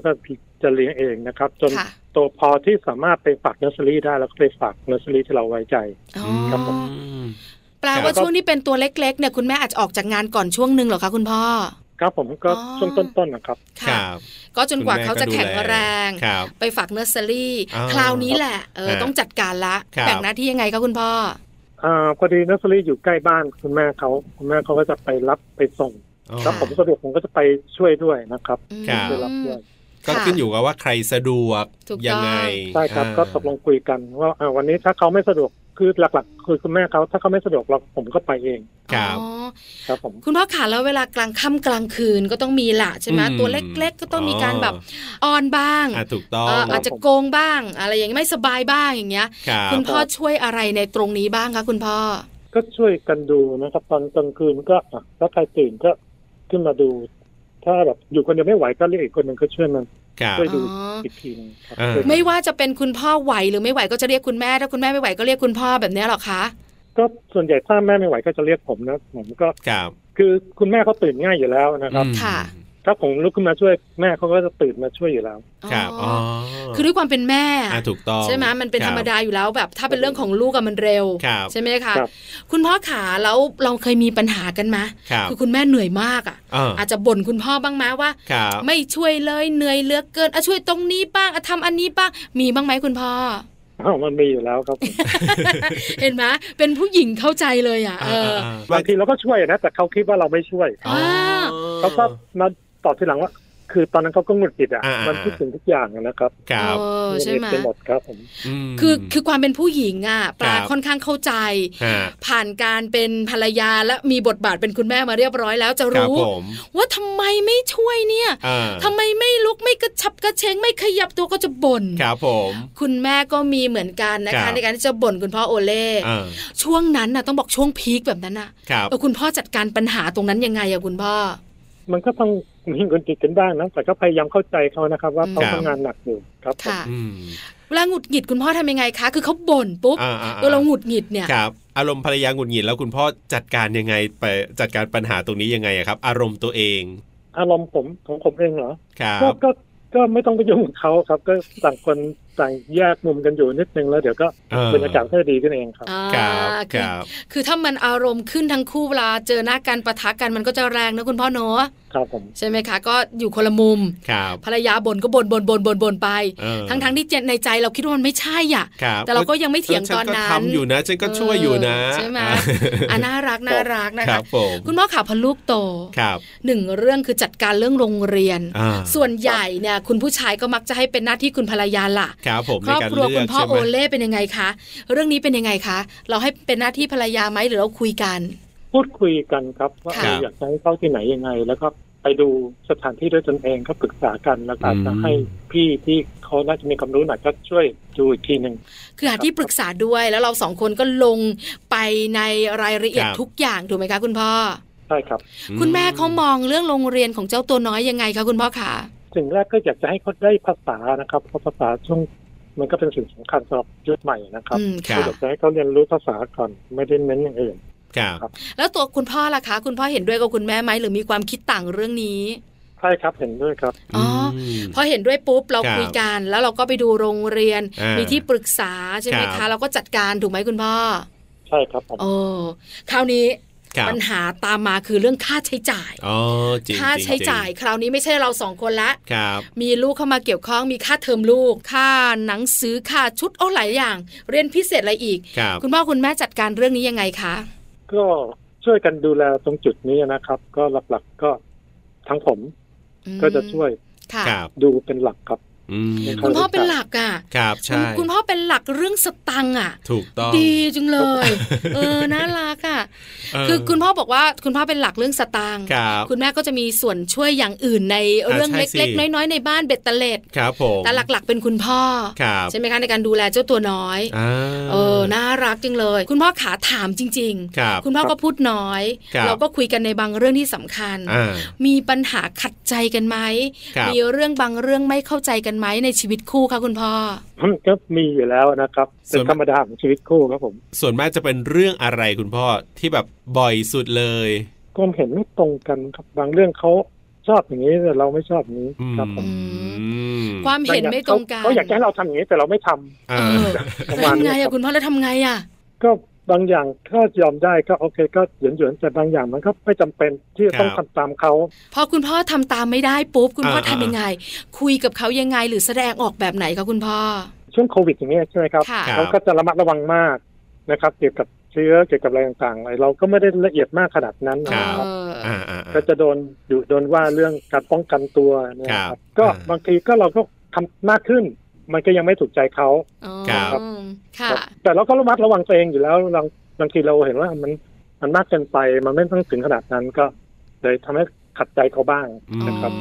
[SPEAKER 5] จะเลี้ยงเองนะครับ จน
[SPEAKER 1] ค่ะ
[SPEAKER 5] โตพอที่สามารถไปฝากเนอร์เซอรี่ได้แล้วก็ไปฝากเนอร์เซอรี่ที่เราไว้ใจ
[SPEAKER 1] อ๋อ
[SPEAKER 5] ครับผม
[SPEAKER 2] อืม
[SPEAKER 1] แปล
[SPEAKER 2] ครั
[SPEAKER 1] ว่า
[SPEAKER 2] บ
[SPEAKER 1] ช่วงที่เป็นตัวเล็กๆเนี่ยคุณแม่อาจจะออกจากงานก่อนช่วงหนึ่งเหรอคะคุณพ่อ
[SPEAKER 5] ครับผมก็
[SPEAKER 1] อ๋อ
[SPEAKER 5] ช่วงต้นๆนะครับ
[SPEAKER 2] ครับ
[SPEAKER 1] ก็จนกว่า
[SPEAKER 2] คุณม่
[SPEAKER 1] เขาจะ
[SPEAKER 2] ดู
[SPEAKER 1] แข็ง
[SPEAKER 2] ล
[SPEAKER 1] แรง
[SPEAKER 2] ครับ
[SPEAKER 1] ไปฝากเนอร์เซอรี่
[SPEAKER 2] อ่า
[SPEAKER 1] คราวนี้แหละเออ
[SPEAKER 2] ฮะ
[SPEAKER 1] ต้องจัดการละ
[SPEAKER 2] ครับ
[SPEAKER 1] แบ่งหน้าที่ยังไงคะคุณพ่อ
[SPEAKER 5] อ่าพอดีเนอร์เซอรี่อยู่ใกล้บ้านคุณแม่เขาคุณแม่เขาก็จะไปรับไปส่ง
[SPEAKER 2] อ๋อ
[SPEAKER 5] ครับผมสะดวกผมก็จะไปช่วยด้วยนะครับ
[SPEAKER 1] อืม
[SPEAKER 2] ครับ
[SPEAKER 5] ไปรับด้วย
[SPEAKER 2] ก็
[SPEAKER 1] ค่ะ
[SPEAKER 2] ขึ้นอยู่กับว่าใครสะดวก
[SPEAKER 1] ถูกต้อง
[SPEAKER 2] ยังไง
[SPEAKER 5] ใช่ครับ
[SPEAKER 2] อ่า
[SPEAKER 5] ก็ตกลงคุยกันว่าอ่าวันนี้ถ้าเขาไม่สะดวกคือหลักๆ คือคุณแม่เขาถ้าเขาไม่สะดวกเราผมก็ไปเอง
[SPEAKER 2] ครับ
[SPEAKER 1] อ๋อ
[SPEAKER 5] ครับผม
[SPEAKER 1] คุณพ่อขาแล้วเวลากลางค่ำกลางคืนก็ต้องมีละใช่ไหม
[SPEAKER 2] อืม
[SPEAKER 1] ตัวเล็กๆ ก็ต้องมีการแบบออนบ้าง
[SPEAKER 2] ะถูกต้อง
[SPEAKER 1] เอ่ออาจจะโกงบ้าง อะไรอย่างเงี้ยไม่สบายบ้างอย่างเงี้ย
[SPEAKER 2] ครับ
[SPEAKER 1] คุณพ่อช่วยอะไรในตรงนี้บ้างคะคุณพ่อ
[SPEAKER 5] ก็ช่วยกันดูนะครับ ตอนกลางคืนก็อ่ะถ้าใครตื่นก็ขึ้นมาดู ถ้าแบบอยู่คนเดียวไม่ไหวก็เรียกอีกคนหนึ่งก็ช่วยมัน
[SPEAKER 2] ครับ
[SPEAKER 5] ช่วยดู
[SPEAKER 1] อ๋ออี
[SPEAKER 5] อีกทีหนึงครับ
[SPEAKER 2] อ่า
[SPEAKER 5] ช่วยดู
[SPEAKER 1] ไม่ว่าจะเป็นคุณพ่อไหวหรือไม่ไหวก็จะเรียกคุณแม่ถ้าคุณแม่ไม่ไหวก็เรียกคุณพ่อแบบเนี้ยหรอคะ
[SPEAKER 5] ก็ส่วนใหญ่ถ้าแม่ไม่ไหวก็จะเรียกผมนะผมก็
[SPEAKER 2] ครับ
[SPEAKER 5] คือคุณแม่เขาตื่นง่ายอยู่แล้วนะครับ
[SPEAKER 2] อืม
[SPEAKER 1] ค่ะ
[SPEAKER 5] ถ้าผมลุกขึ้นมาช่วยแม่เขาก็จะตื่นมาช่วยอยู่แล้ว
[SPEAKER 2] ครับอ๋อ
[SPEAKER 1] คือด้วยความเป็นแม่
[SPEAKER 2] อ่ะถูกต้อง
[SPEAKER 1] ใช่ไหมมันเป็น
[SPEAKER 2] ค
[SPEAKER 1] ธรร
[SPEAKER 2] บ
[SPEAKER 1] มดาอยู่แล้วแบบ ถ้าเป็นเรื่องของลูกอะมันเร็ว
[SPEAKER 2] ครับ
[SPEAKER 1] ใช่ไหมคะ
[SPEAKER 5] ครับ
[SPEAKER 1] คุณพ่อขาแล้วเราเคยมีปัญหากันไหม
[SPEAKER 2] ครับ
[SPEAKER 1] คือคุณแม่เหนื่อยมากอะ
[SPEAKER 2] อ่า
[SPEAKER 1] อาจจะบ่นคุณพ่อบ้างไหมว่า
[SPEAKER 2] ครับ [LAUGHS]
[SPEAKER 1] ไม่ช่วยเลยเหนื่อยเหลือเกินอะช่วยตรงนี้บ้างอะทำอันนี้บ้างมีบ้างไหมคุณพ่อ
[SPEAKER 5] อ้าวมันมีอยู่แล้วครับผม
[SPEAKER 1] เห็นไหมเป็นผู้หญิงเข้าใจเลยอ่ะเออ
[SPEAKER 2] อ่
[SPEAKER 5] บางทีเราก็ช่วยนะ แต่เขาคิดว่าเราไม่ช่วย
[SPEAKER 2] อ่า
[SPEAKER 5] เขาก็มาตอบทีหลังว่า คือตอนนั้นเขาก็หงุดหงิดอ่ะ
[SPEAKER 2] อ่ามั
[SPEAKER 5] มันพูดถึงทุกอย่างอะนะครับ
[SPEAKER 2] ครับ
[SPEAKER 1] เออใช่ไหม
[SPEAKER 5] ดไปหมดครับผม
[SPEAKER 2] ม
[SPEAKER 1] คือคือความเป็นผู้หญิงอ่ะปลา
[SPEAKER 2] ครับ
[SPEAKER 1] ค่อนข้างเข้าใจ
[SPEAKER 2] ฮะ
[SPEAKER 1] ผ่านการเป็นภรรยาและมีบทบาทเป็นคุณแม่มาเรียบร้อยแล้วจะ
[SPEAKER 2] ครับ
[SPEAKER 1] รู้
[SPEAKER 2] ผม
[SPEAKER 1] ว่าทำไมไม่ช่วยเนี่ย
[SPEAKER 2] อ่า
[SPEAKER 1] ทำไมไม่ลุกไม่กระชับกระเชงไม่ขยับตัวก็จะบ่น
[SPEAKER 2] ครับผม
[SPEAKER 1] คุณแม่ก็มีเหมือนกันนะ
[SPEAKER 2] ครั
[SPEAKER 1] คะ
[SPEAKER 2] บ
[SPEAKER 1] ในการที่จะบ่นคุณพ่อโอเล่
[SPEAKER 2] อ่า
[SPEAKER 1] ช่วงนั้นนะต้องบอกช่วงพีคแบบนั้นน่ะ
[SPEAKER 2] ครับ
[SPEAKER 1] เออคุณพ่อจัดการปัญหาตรงนั้นยังไงอะคุณพ่อ
[SPEAKER 5] มันก็ต้องมีหงุดหงิดกันบ้างนะแต่ก็พยายามเข้าใจเขานะครับ ว่าเขา
[SPEAKER 1] ครับ
[SPEAKER 5] ทำงานหนักอยู่ครับผม
[SPEAKER 1] ค่ะ
[SPEAKER 2] อืม
[SPEAKER 1] เวลาหงุดหงิดคุณพ่อทำยังไงคะ คือเขาบ่นปุ๊บ
[SPEAKER 2] อ่าอ่า
[SPEAKER 1] เออเราหงุดหงิดเนี่ย
[SPEAKER 2] ครับ อารมณ์ภรรยาหงุดหงิดแล้วคุณพ่อจัดการยังไงไปจัดการปัญหาตรงนี้ยังไงอะครับ อารมณ์ตัวเอง
[SPEAKER 5] อารมณ์ผมของผมเองเหรอ
[SPEAKER 2] ครั
[SPEAKER 5] ก็
[SPEAKER 2] บ
[SPEAKER 5] ก็ก็ไม่ต้องไปยุ่งกับเขาครับ ก็ต่างคนต่างแยกมุมกันอยู่นิดนึงแล้วเดี๋ยวก็
[SPEAKER 2] เออ
[SPEAKER 5] บรรยากาศก็จะดีขึ้นเองครับ
[SPEAKER 1] อ่า
[SPEAKER 2] ครั
[SPEAKER 1] คือ
[SPEAKER 2] บครับ
[SPEAKER 1] คือถ้ามันอารมณ์ขึ้นทั้งคู่เวลาเจอหน้ากันปะทะกันมันก็จะแรงนะคุณพ่อเนอะ
[SPEAKER 5] ครับผม
[SPEAKER 1] ใช่ไหมคะ ก็อยู่คนละมุม
[SPEAKER 2] ครับ
[SPEAKER 1] ภรรยาบ่นก็บ่นบ่นบ่นบ่นบ่นไป
[SPEAKER 2] เออ
[SPEAKER 1] ทั้งทั้งๆที่เจนในใจเราคิดว่ามันไม่ใช่อ่ะ
[SPEAKER 2] [LAUGHS] ครับ
[SPEAKER 1] แต่เราก็ยังไม่เถียง
[SPEAKER 2] ฉั
[SPEAKER 1] ตอน
[SPEAKER 2] ก็
[SPEAKER 1] นั้น
[SPEAKER 2] ทำอยู่นะฉันก็ช่วยอยู่นะ
[SPEAKER 1] เใช่ไหม
[SPEAKER 2] อ่า
[SPEAKER 1] อ่ะน่ารักน่ารักนะ
[SPEAKER 2] ครั
[SPEAKER 1] คะ
[SPEAKER 2] บผม
[SPEAKER 1] คุณพ่อขาพอลูกโต
[SPEAKER 2] ครับ
[SPEAKER 1] หนึ่งเรื่องคือจัดการเรื่องโรงเรียน
[SPEAKER 2] อ่า
[SPEAKER 1] ส่วนใหญ่เนี่ยคุณผู้ชายก็มักจะให้เป็นหน้าที่คุณภรรยาล่ะ
[SPEAKER 2] ครับผม
[SPEAKER 1] ครอบ
[SPEAKER 2] ในการ
[SPEAKER 1] ครัว
[SPEAKER 2] เลื
[SPEAKER 1] คุ
[SPEAKER 2] อ
[SPEAKER 1] ณ
[SPEAKER 2] ก
[SPEAKER 1] พ่อ
[SPEAKER 2] ใช่
[SPEAKER 1] โอ
[SPEAKER 2] ไหม
[SPEAKER 1] เล่เป็นยังไงคะ เรื่องนี้เป็นยังไงคะ เราให้เป็นหน้าที่ภรรยาไหมหรือเราคุยกัน
[SPEAKER 5] พูดคุยกันครับว่า
[SPEAKER 1] ค่ะ
[SPEAKER 5] เอออยากจะให้เข้าที่ไหนยังไง แล้วก็ไปดูสถานที่ด้วยตนเองก็ปรึกษากันแล้วก็อาจจะ
[SPEAKER 2] อืม
[SPEAKER 5] ให้พี่ที่เขาน่าจะมีความรู้หน่อยก็ช่วยดูอีกทีหนึ่ง
[SPEAKER 1] คือหาที่ปรึกษาด้วยแล้วเราสองคนก็ลงไปในรายละเอียด
[SPEAKER 2] ครับ
[SPEAKER 1] ทุกอย่างถูกไหมคะ คุณพ่อ
[SPEAKER 5] ใช่ครับ
[SPEAKER 1] อคุณแม่เขามองเรื่องโรงเรียนของเจ้าตัวน้อยยังไงคะคุณพ่อคะ
[SPEAKER 5] สิ่งแรกก็อยากจะให้เขาได้ภาษานะครับเพราะภาษาช่วงมันก็เป็นสิ่งสำคัญสำหรับยุคใหม่นะครับ
[SPEAKER 1] อืม
[SPEAKER 2] ครั
[SPEAKER 1] ค่ะ
[SPEAKER 2] บ
[SPEAKER 5] อยากจะให้เขาเรียนรู้ภาษาก่อนไม่ได้เน้นอย่างอื่น
[SPEAKER 2] ครับ
[SPEAKER 1] แล้วตัวคุณพ่อล่ะคะ คุณพ่อเห็นด้วยกับคุณแม่ไหมหรือมีความคิดต่างเรื่องนี้
[SPEAKER 5] ใช่ครับเห็นด้วยครับ
[SPEAKER 1] อ๋ออ
[SPEAKER 2] ม
[SPEAKER 1] พอเห็นด้วยปุ๊บเรา
[SPEAKER 2] ครับ
[SPEAKER 1] คุยกัน แล้วเราก็ไปดูโรงเรียน
[SPEAKER 2] อ่ามี
[SPEAKER 1] มีที่ปรึกษาใช่ไหม
[SPEAKER 2] ครั
[SPEAKER 1] คะ
[SPEAKER 2] บ
[SPEAKER 1] เราก็จัดการถูกไหมคุณพ่อ
[SPEAKER 5] ใช่ครับผม
[SPEAKER 1] โอ้คราวนี้
[SPEAKER 2] ครับ
[SPEAKER 1] ปัญหาตามมาคือเรื่องค่าใช้จ่าย
[SPEAKER 2] อ๋อจริง
[SPEAKER 1] ค่าใช้
[SPEAKER 2] ริง
[SPEAKER 1] จ่าย คราวนี้ไม่ใช่เราสองคนละ
[SPEAKER 2] ครับ
[SPEAKER 1] มีลูกเข้ามาเกี่ยวข้อง มีค่าเทอมลูก ค่าหนังสือ ค่าชุด โอ้หลายอย่าง เรียนพิเศษอะไรอีก
[SPEAKER 2] ครับ
[SPEAKER 1] คุณพ่อคุณแม่จัดการเรื่องนี้ยังไงคะ
[SPEAKER 5] ก็ช่วยกันดูแลตรงจุดนี้นะครับ ก็หลักๆก็ทั้งผม
[SPEAKER 1] อืม
[SPEAKER 5] ก็จะช่วย
[SPEAKER 1] ค่ะ
[SPEAKER 2] ครับ
[SPEAKER 5] ดูเป็นหลักครับ
[SPEAKER 2] อืม
[SPEAKER 5] คุณ
[SPEAKER 1] คุณพ่อเป็นหลักอ่ะ
[SPEAKER 2] ครับ
[SPEAKER 1] คุณ
[SPEAKER 2] ใช่
[SPEAKER 1] คุณพ่อเป็นหลักเรื่องสตังค์อ่ะ
[SPEAKER 2] ถูกต้อง
[SPEAKER 1] ดีจังเลย เออ น่ารักอ่ะ
[SPEAKER 2] เ
[SPEAKER 1] คือคุณพ่อบอกว่าคุณพ่อเป็นหลักเรื่องสตังค์
[SPEAKER 2] ครับ
[SPEAKER 1] คุณแม่ก็จะมีส่วนช่วยอย่างอื่นในเรื่อง
[SPEAKER 2] อ่าใช่
[SPEAKER 1] เล็ก
[SPEAKER 2] สิ
[SPEAKER 1] ๆ น้อยๆ ในบ้านเบ็ดเตล็ด
[SPEAKER 2] ครับผม
[SPEAKER 1] แต่หลักๆ เป็นคุณพ่อ
[SPEAKER 2] ครับ
[SPEAKER 1] ใช่ไหมคะในการดูแลเจ้าตัวน้อย
[SPEAKER 2] อ่า
[SPEAKER 1] เออ น่ารักจังเลย คุณพ่อขาถามจริง
[SPEAKER 2] ครับ
[SPEAKER 1] ๆ คุณพ่อก็พูดน้อย
[SPEAKER 2] ครับ
[SPEAKER 1] เราก็คุยกันในบางเรื่องที่สำคัญ
[SPEAKER 2] อ่า
[SPEAKER 1] มีปัญหาขัดใจกันไหม
[SPEAKER 2] ครับ
[SPEAKER 1] มีเรื่องบางเรื่องไม่เข้าใจกันไหมในชีวิตคู่คะคุณพ่อ
[SPEAKER 5] ก็มีอยู่แล้วนะครับเป็นธรรมดาของชีวิตคู่ครับผม
[SPEAKER 2] ส่วนมากจะเป็นเรื่องอะไรคุณพ่อที่แบบบ่อยสุดเลย
[SPEAKER 5] ความเห็นไม่ตรงกันครับบางเรื่องเขาชอบอย่างนี้แต่เราไม่ชอบอย่างนี้
[SPEAKER 2] อืม
[SPEAKER 5] ครับผม
[SPEAKER 2] อืม
[SPEAKER 1] ความเห็นไม่ตรงกัน
[SPEAKER 5] เขาอยากจะให้เราทำอย่างนี้แต่เราไม่ทำ
[SPEAKER 1] เอ
[SPEAKER 2] อ่า
[SPEAKER 1] อ
[SPEAKER 5] ประ
[SPEAKER 1] แล้ว
[SPEAKER 5] มาณ
[SPEAKER 1] ทำไง
[SPEAKER 5] นี้ครั
[SPEAKER 1] อะ
[SPEAKER 5] บ
[SPEAKER 1] คุณพ่อแล้วทำไงอะ
[SPEAKER 5] ก็บางอย่างก็ยอมได้ก็โอเคก็หยวนหยวนๆแต่บางอย่างมันก็ไม่จำเป็นที่จะต้องทำตามเขา
[SPEAKER 1] พอคุณพ่อทำตามไม่ได้ปุ๊บคุณพ่อทำยังไง คุยกับเขายังไงหรือแสดงออกแบบไหนคะคุณพ่อ
[SPEAKER 5] ช่วงโควิดอย่างเงี้ยใช่ไหมครับ
[SPEAKER 1] ค่ะ
[SPEAKER 5] เขาก็จะระมัดระวังมากนะครับ เกี่ยวกับเชื้อเกี่ยวกับอะไรต่างๆอะไรเราก็ไม่ได้ละเอียดมากขนาดนั้น
[SPEAKER 2] ค
[SPEAKER 5] นะ
[SPEAKER 2] รั
[SPEAKER 5] ครับ บ
[SPEAKER 1] เอออ
[SPEAKER 2] อ่าอ่าอ่า
[SPEAKER 5] ก็จะโดนดุโดนว่าเรื่องการป้องกันตัวเนย
[SPEAKER 2] ครับ
[SPEAKER 5] ก็
[SPEAKER 2] อ่า
[SPEAKER 5] บางทีก็เราก็ทำมากขึ้น มันก็ยังไม่ถูกใจเขา
[SPEAKER 1] อ๋อ
[SPEAKER 2] ครับ
[SPEAKER 1] ค่ะ
[SPEAKER 5] ครับแต่เราก็ระมัดระวังตัวเองอยู่แล้วเราบางทีเราเห็นว่ามันมันมากเกินไปมันไม่ต้องถึงขนาดนั้นก็เลยทำให้ขัดใจเขาบ้าง
[SPEAKER 2] อืม
[SPEAKER 5] นะครับ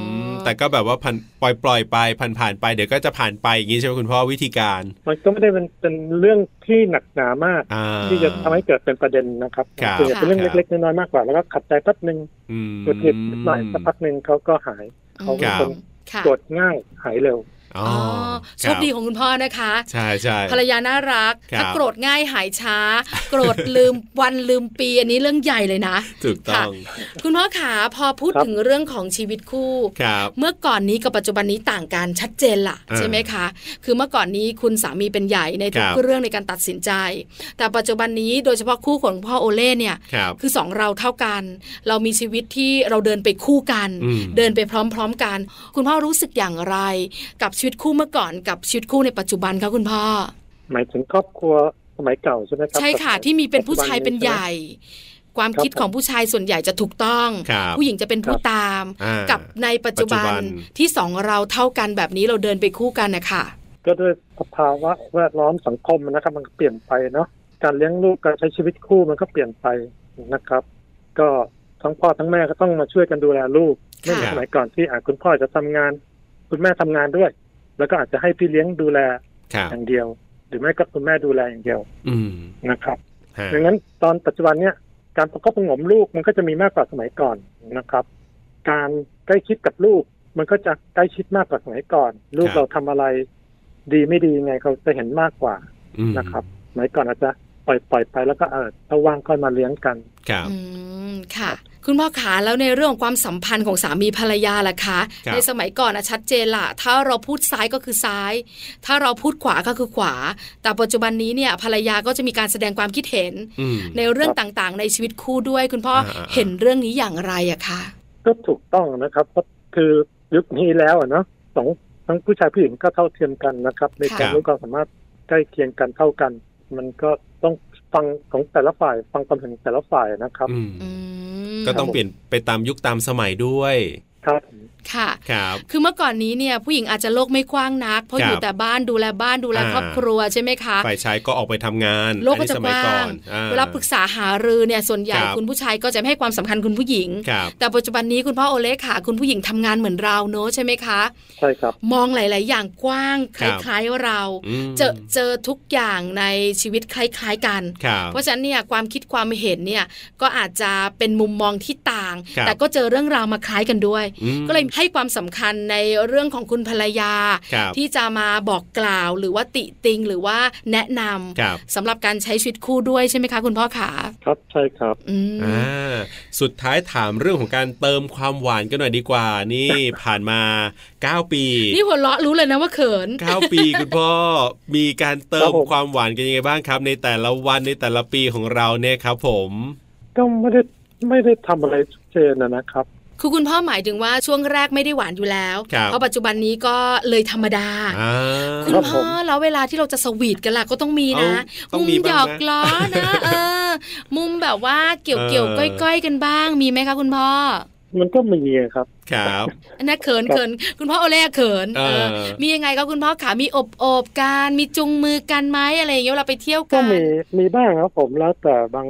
[SPEAKER 2] แต่ก็แบบว่าผ่านปล่อยปล่อยไปผ่านผ่านไปเดี๋ยวก็จะผ่านไปอย่างนี้ใช่ไหมคุณพ่อวิธีการ
[SPEAKER 5] มันก็ไม่ได้เป็นเป็นเรื่องที่หนักหนามาก
[SPEAKER 2] อ่า
[SPEAKER 5] ที่จะทำให้เกิดเป็นประเด็นนะครับ
[SPEAKER 2] ครับ
[SPEAKER 5] ส่วนใหญ่เป็นเรื่อง
[SPEAKER 2] ครับ
[SPEAKER 5] เล็กๆน้อยๆมากกว่าแล้วก็ขัดใจแป๊บนึง
[SPEAKER 2] อืม
[SPEAKER 5] กดผิดนิดหน่อยสักพักหนึ่งเขาก็หาย เขาเป็นคน
[SPEAKER 1] ค่ะ
[SPEAKER 5] กดง่ายหายเร็ว
[SPEAKER 2] อ๋อ
[SPEAKER 1] อ๋อโชคดี
[SPEAKER 2] ค
[SPEAKER 1] ข
[SPEAKER 2] รับ
[SPEAKER 1] องคุณพ่อนะคะ
[SPEAKER 2] ใช่ใช่
[SPEAKER 1] ภรรยาน่ารัก
[SPEAKER 2] ครับ
[SPEAKER 1] ถ้าโกรธง่ายหายช้า โกรธลืม [LAUGHS] วันลืมปีอันนี้เรื่องใหญ่เลยนะ
[SPEAKER 2] ถูกต้อง
[SPEAKER 1] คุณพ่อขาพอพูด
[SPEAKER 5] ครับ
[SPEAKER 1] ถึงเรื่องของชีวิตคู่
[SPEAKER 2] ครับ
[SPEAKER 1] เมื่อก่อนนี้กับปัจจุบันนี้ต่างกันชัดเจนละ
[SPEAKER 2] เออ
[SPEAKER 1] ใช่ไหมคะ คือเมื่อก่อนนี้คุณสามีเป็นใหญ่ในทุ
[SPEAKER 2] ค
[SPEAKER 1] ก
[SPEAKER 2] รับ
[SPEAKER 1] เรื่องในการตัดสินใจ แต่ปัจจุบันนี้โดยเฉพาะคู่ของพ่อโอเล่เนี่ย
[SPEAKER 2] ครับ
[SPEAKER 1] คือสองเราเท่ากัน เรามีชีวิตที่เราเดินไปคู่กัน
[SPEAKER 2] อืม
[SPEAKER 1] เดินไปพร้อม ๆ กัน คุณพ่อรู้สึกอย่างไร กับชีวิตคู่เมื่อก่อนกับชีวิตคู่ในปัจจุบันคะคุณพ่อ
[SPEAKER 5] หมายถึงครอบครัวสมัยเก่าใช่ไหมครับ
[SPEAKER 1] ใช่ค่ะ
[SPEAKER 5] กับ
[SPEAKER 1] ที่มีเป็นผู้ชายเป็น
[SPEAKER 5] ปัจจุบั
[SPEAKER 1] ใหญ่ ความ
[SPEAKER 5] ครับ
[SPEAKER 1] คิดของผู้ชายส่วนใหญ่จะถูกต้อง
[SPEAKER 2] ครับ
[SPEAKER 1] ผู้หญิงจะเป็นผู้
[SPEAKER 5] ครับ
[SPEAKER 1] ตาม
[SPEAKER 2] อ่ากั
[SPEAKER 1] กับในปัจจุบั
[SPEAKER 2] ปัจจุบั
[SPEAKER 1] น
[SPEAKER 2] น
[SPEAKER 1] ที่สองเราเท่ากันแบบนี้เราเดินไปคู่กันนะคะ
[SPEAKER 5] ก็ด้วยสภาวะแวดล้อมสังคมนะครับ มันก็เปลี่ยนไปเนาะการเลี้ยงลูกการใช้ชีวิตคู่มันก็เปลี่ยนไปนะครับ ก็ทั้งพ่อทั้งแม่ก็ต้องมาช่วยกันดูแลลูกไม่เหมือน
[SPEAKER 2] ค่ะ
[SPEAKER 5] สมัยก่อนที่อาจคุณพ่อจะทำงาน คุณแม่ทำงานด้วย แล้วก็อาจจะให้พี่เลี้ยงดูแล
[SPEAKER 2] ครับ
[SPEAKER 5] อย่างเดียว หรือไม่ก็คุณแม่ดูแลอย่างเดียว
[SPEAKER 2] อืม
[SPEAKER 5] นะครับ
[SPEAKER 2] ฮะ
[SPEAKER 5] ดังนั้นตอนปัจจุบันเนี่ยการประกบประหงมลูกมันก็จะมีมากกว่าสมัยก่อนนะครับ การใกล้ชิดกับลูก มันก็จะใกล้ชิดมากกว่าสมัยก่อน ลูกเราทำอะไร ดีไม่ดียังไงเขาจะเห็นมากกว่า
[SPEAKER 2] อืม
[SPEAKER 5] นะครับสมัยก่อนอาจจะปล่อยปล่อยไปแล้วก็เออถ้าว่างค่อยมาเลี้ยงกัน
[SPEAKER 2] ครับ
[SPEAKER 1] อืมค่ะ คุณพ่อขาแล้วในเรื่องของความสัมพันธ์ของสามีภรรยาล่ะคะ
[SPEAKER 2] ครับ
[SPEAKER 1] ในสมัยก่อนนะชัดเจนละถ้าเราพูดซ้ายก็คือซ้าย ถ้าเราพูดขวาก็คือขวา แต่ปัจจุบันนี้เนี่ยภรรยาก็จะมีการแสดงความคิดเห็น
[SPEAKER 2] อืม
[SPEAKER 1] ในเรื่องต่างๆ ในชีวิตคู่ด้วย คุณพ่ออา
[SPEAKER 2] ๆ
[SPEAKER 1] เห็นเรื่องนี้อย่างไรอะคะ
[SPEAKER 5] ก็ถูกต้องนะครับก็คือยุคนี้แล้วอะเนาะสองทั้งผู้ชายผู้หญิงก็เท่าเทียมกันนะครับ ในการ
[SPEAKER 2] ค่ะ
[SPEAKER 5] รู้ความสามารถใกล้เคียงกันเท่ากัน มันก็ต้องฟังของแต่ละฝ่าย ฟังความเห็นของแต่ละฝ่ายนะครับ
[SPEAKER 2] อืม
[SPEAKER 1] อืม
[SPEAKER 2] ก็ต้องเปลี่ยนไปตามยุคตามสมัยด้วย
[SPEAKER 5] ครับ
[SPEAKER 1] ค่ะ
[SPEAKER 2] ครับ
[SPEAKER 1] คือเมื่อก่อนนี้เนี่ยผู้หญิงอาจจะโลกไม่กว้างนัก เพราะ
[SPEAKER 2] ครั
[SPEAKER 1] อบ ยู่แต่บ้านดูแลบ้านดูแล
[SPEAKER 2] อ่า
[SPEAKER 1] ครอบครัวใช่ไหมคะ
[SPEAKER 2] ฝ่ายชายก็ออกไปทำงาน
[SPEAKER 1] โลกก็
[SPEAKER 2] อันนี้
[SPEAKER 1] จะ
[SPEAKER 2] ส
[SPEAKER 1] ก
[SPEAKER 2] มัย
[SPEAKER 1] ว้า
[SPEAKER 2] ก่อง นอ่
[SPEAKER 1] เวลาปรึกษาหารือเนี่ยส่วนใหญ่
[SPEAKER 2] ครับ
[SPEAKER 1] คุณผู้ชายก็จะไม่ให้ความสำคัญคุณผู้หญิง
[SPEAKER 2] ครับ
[SPEAKER 1] แต่ปัจจุบันนี้คุณพ่อโอเล็กค่ะ คุณผู้หญิงทำงานเหมือนเราเนอะใช่ไหมคะ
[SPEAKER 5] ใช่ครับ
[SPEAKER 1] มองหลาย ๆ อย่างกว้างค
[SPEAKER 2] ครับ
[SPEAKER 1] ล้าย ๆ เรา
[SPEAKER 2] ม
[SPEAKER 1] เจอเจอทุกอย่างในชีวิตคล้าย ๆ กัน
[SPEAKER 2] ครับ
[SPEAKER 1] เพราะฉะนั้นเนี่ยความคิดความเห็นเนี่ยก็อาจจะเป็นมุมมองที่ต่าง
[SPEAKER 2] ครับ
[SPEAKER 1] แต่ก็เจอเรื่องราวมาคล้ายกันด้วย
[SPEAKER 2] อืม
[SPEAKER 1] ก็เลยให้ความสำคัญในเรื่องของคุณภรรยา
[SPEAKER 2] ครับ
[SPEAKER 1] ที่จะมาบอกกล่าวหรือว่าติติงหรือว่าแนะนำ
[SPEAKER 2] ครับ
[SPEAKER 1] สำหรับการใช้ชีวิตคู่ด้วยใช่ไหมคะคุณพ่อขา
[SPEAKER 5] ครับใช่ครับ
[SPEAKER 1] อืม
[SPEAKER 2] อ่าสุดท้ายถามเรื่องของการเติมความหวานกันหน่อยดีกว่า นี่
[SPEAKER 1] [LAUGHS]
[SPEAKER 2] ผ่านมา 9 ปี
[SPEAKER 1] นี่หัวเราะรู้เลยนะว่าเขิน
[SPEAKER 2] 9 ปีคุณพ่อมีการเติ
[SPEAKER 5] ครั
[SPEAKER 2] ม
[SPEAKER 5] บผม
[SPEAKER 2] ความหวานกันยังไงบ้างครับ ในแต่ละวันในแต่ละปีของเราเนี่ยครับผม
[SPEAKER 5] ก็ไม่ได้ไม่ได้ทำอะไรชัดเจนนะนะครับ
[SPEAKER 1] คือคุณพ่อหมายถึงว่าช่วงแรกไม่ได้หวานอยู่แล้ว
[SPEAKER 2] ครับ
[SPEAKER 1] เพราะปัจจุบันนี้ก็เลยธรรมดา
[SPEAKER 2] อ่า
[SPEAKER 1] คุณ
[SPEAKER 5] รับ
[SPEAKER 1] พ่อแล้วเวลาที่เราจะสวีทกันล่ะก็ต้องมีนะ
[SPEAKER 2] เอาต้อง
[SPEAKER 1] มุม
[SPEAKER 2] มี
[SPEAKER 1] หย
[SPEAKER 2] บ้างนะ
[SPEAKER 1] อกล้อนะเออ มุมแบบว่าเกี่ยว
[SPEAKER 2] เออ
[SPEAKER 1] เกี่ยวก้อยก้อยๆกันบ้างมีไหมคะคุณพ่อ
[SPEAKER 5] มันก็มีอะครับ
[SPEAKER 2] ครับ
[SPEAKER 1] อันนะเขินเขินคุณพ่อโอเล่เขิน
[SPEAKER 2] เออ
[SPEAKER 1] มียังไงก็คุณพ่อขามีอบอบกันมีจุงมือกันไหมอะไรอย่างเงี้ยเวลาไปเที่ยว
[SPEAKER 5] ก็
[SPEAKER 1] กัน
[SPEAKER 5] มีมีบ้างครับผมแล้วแต่บาง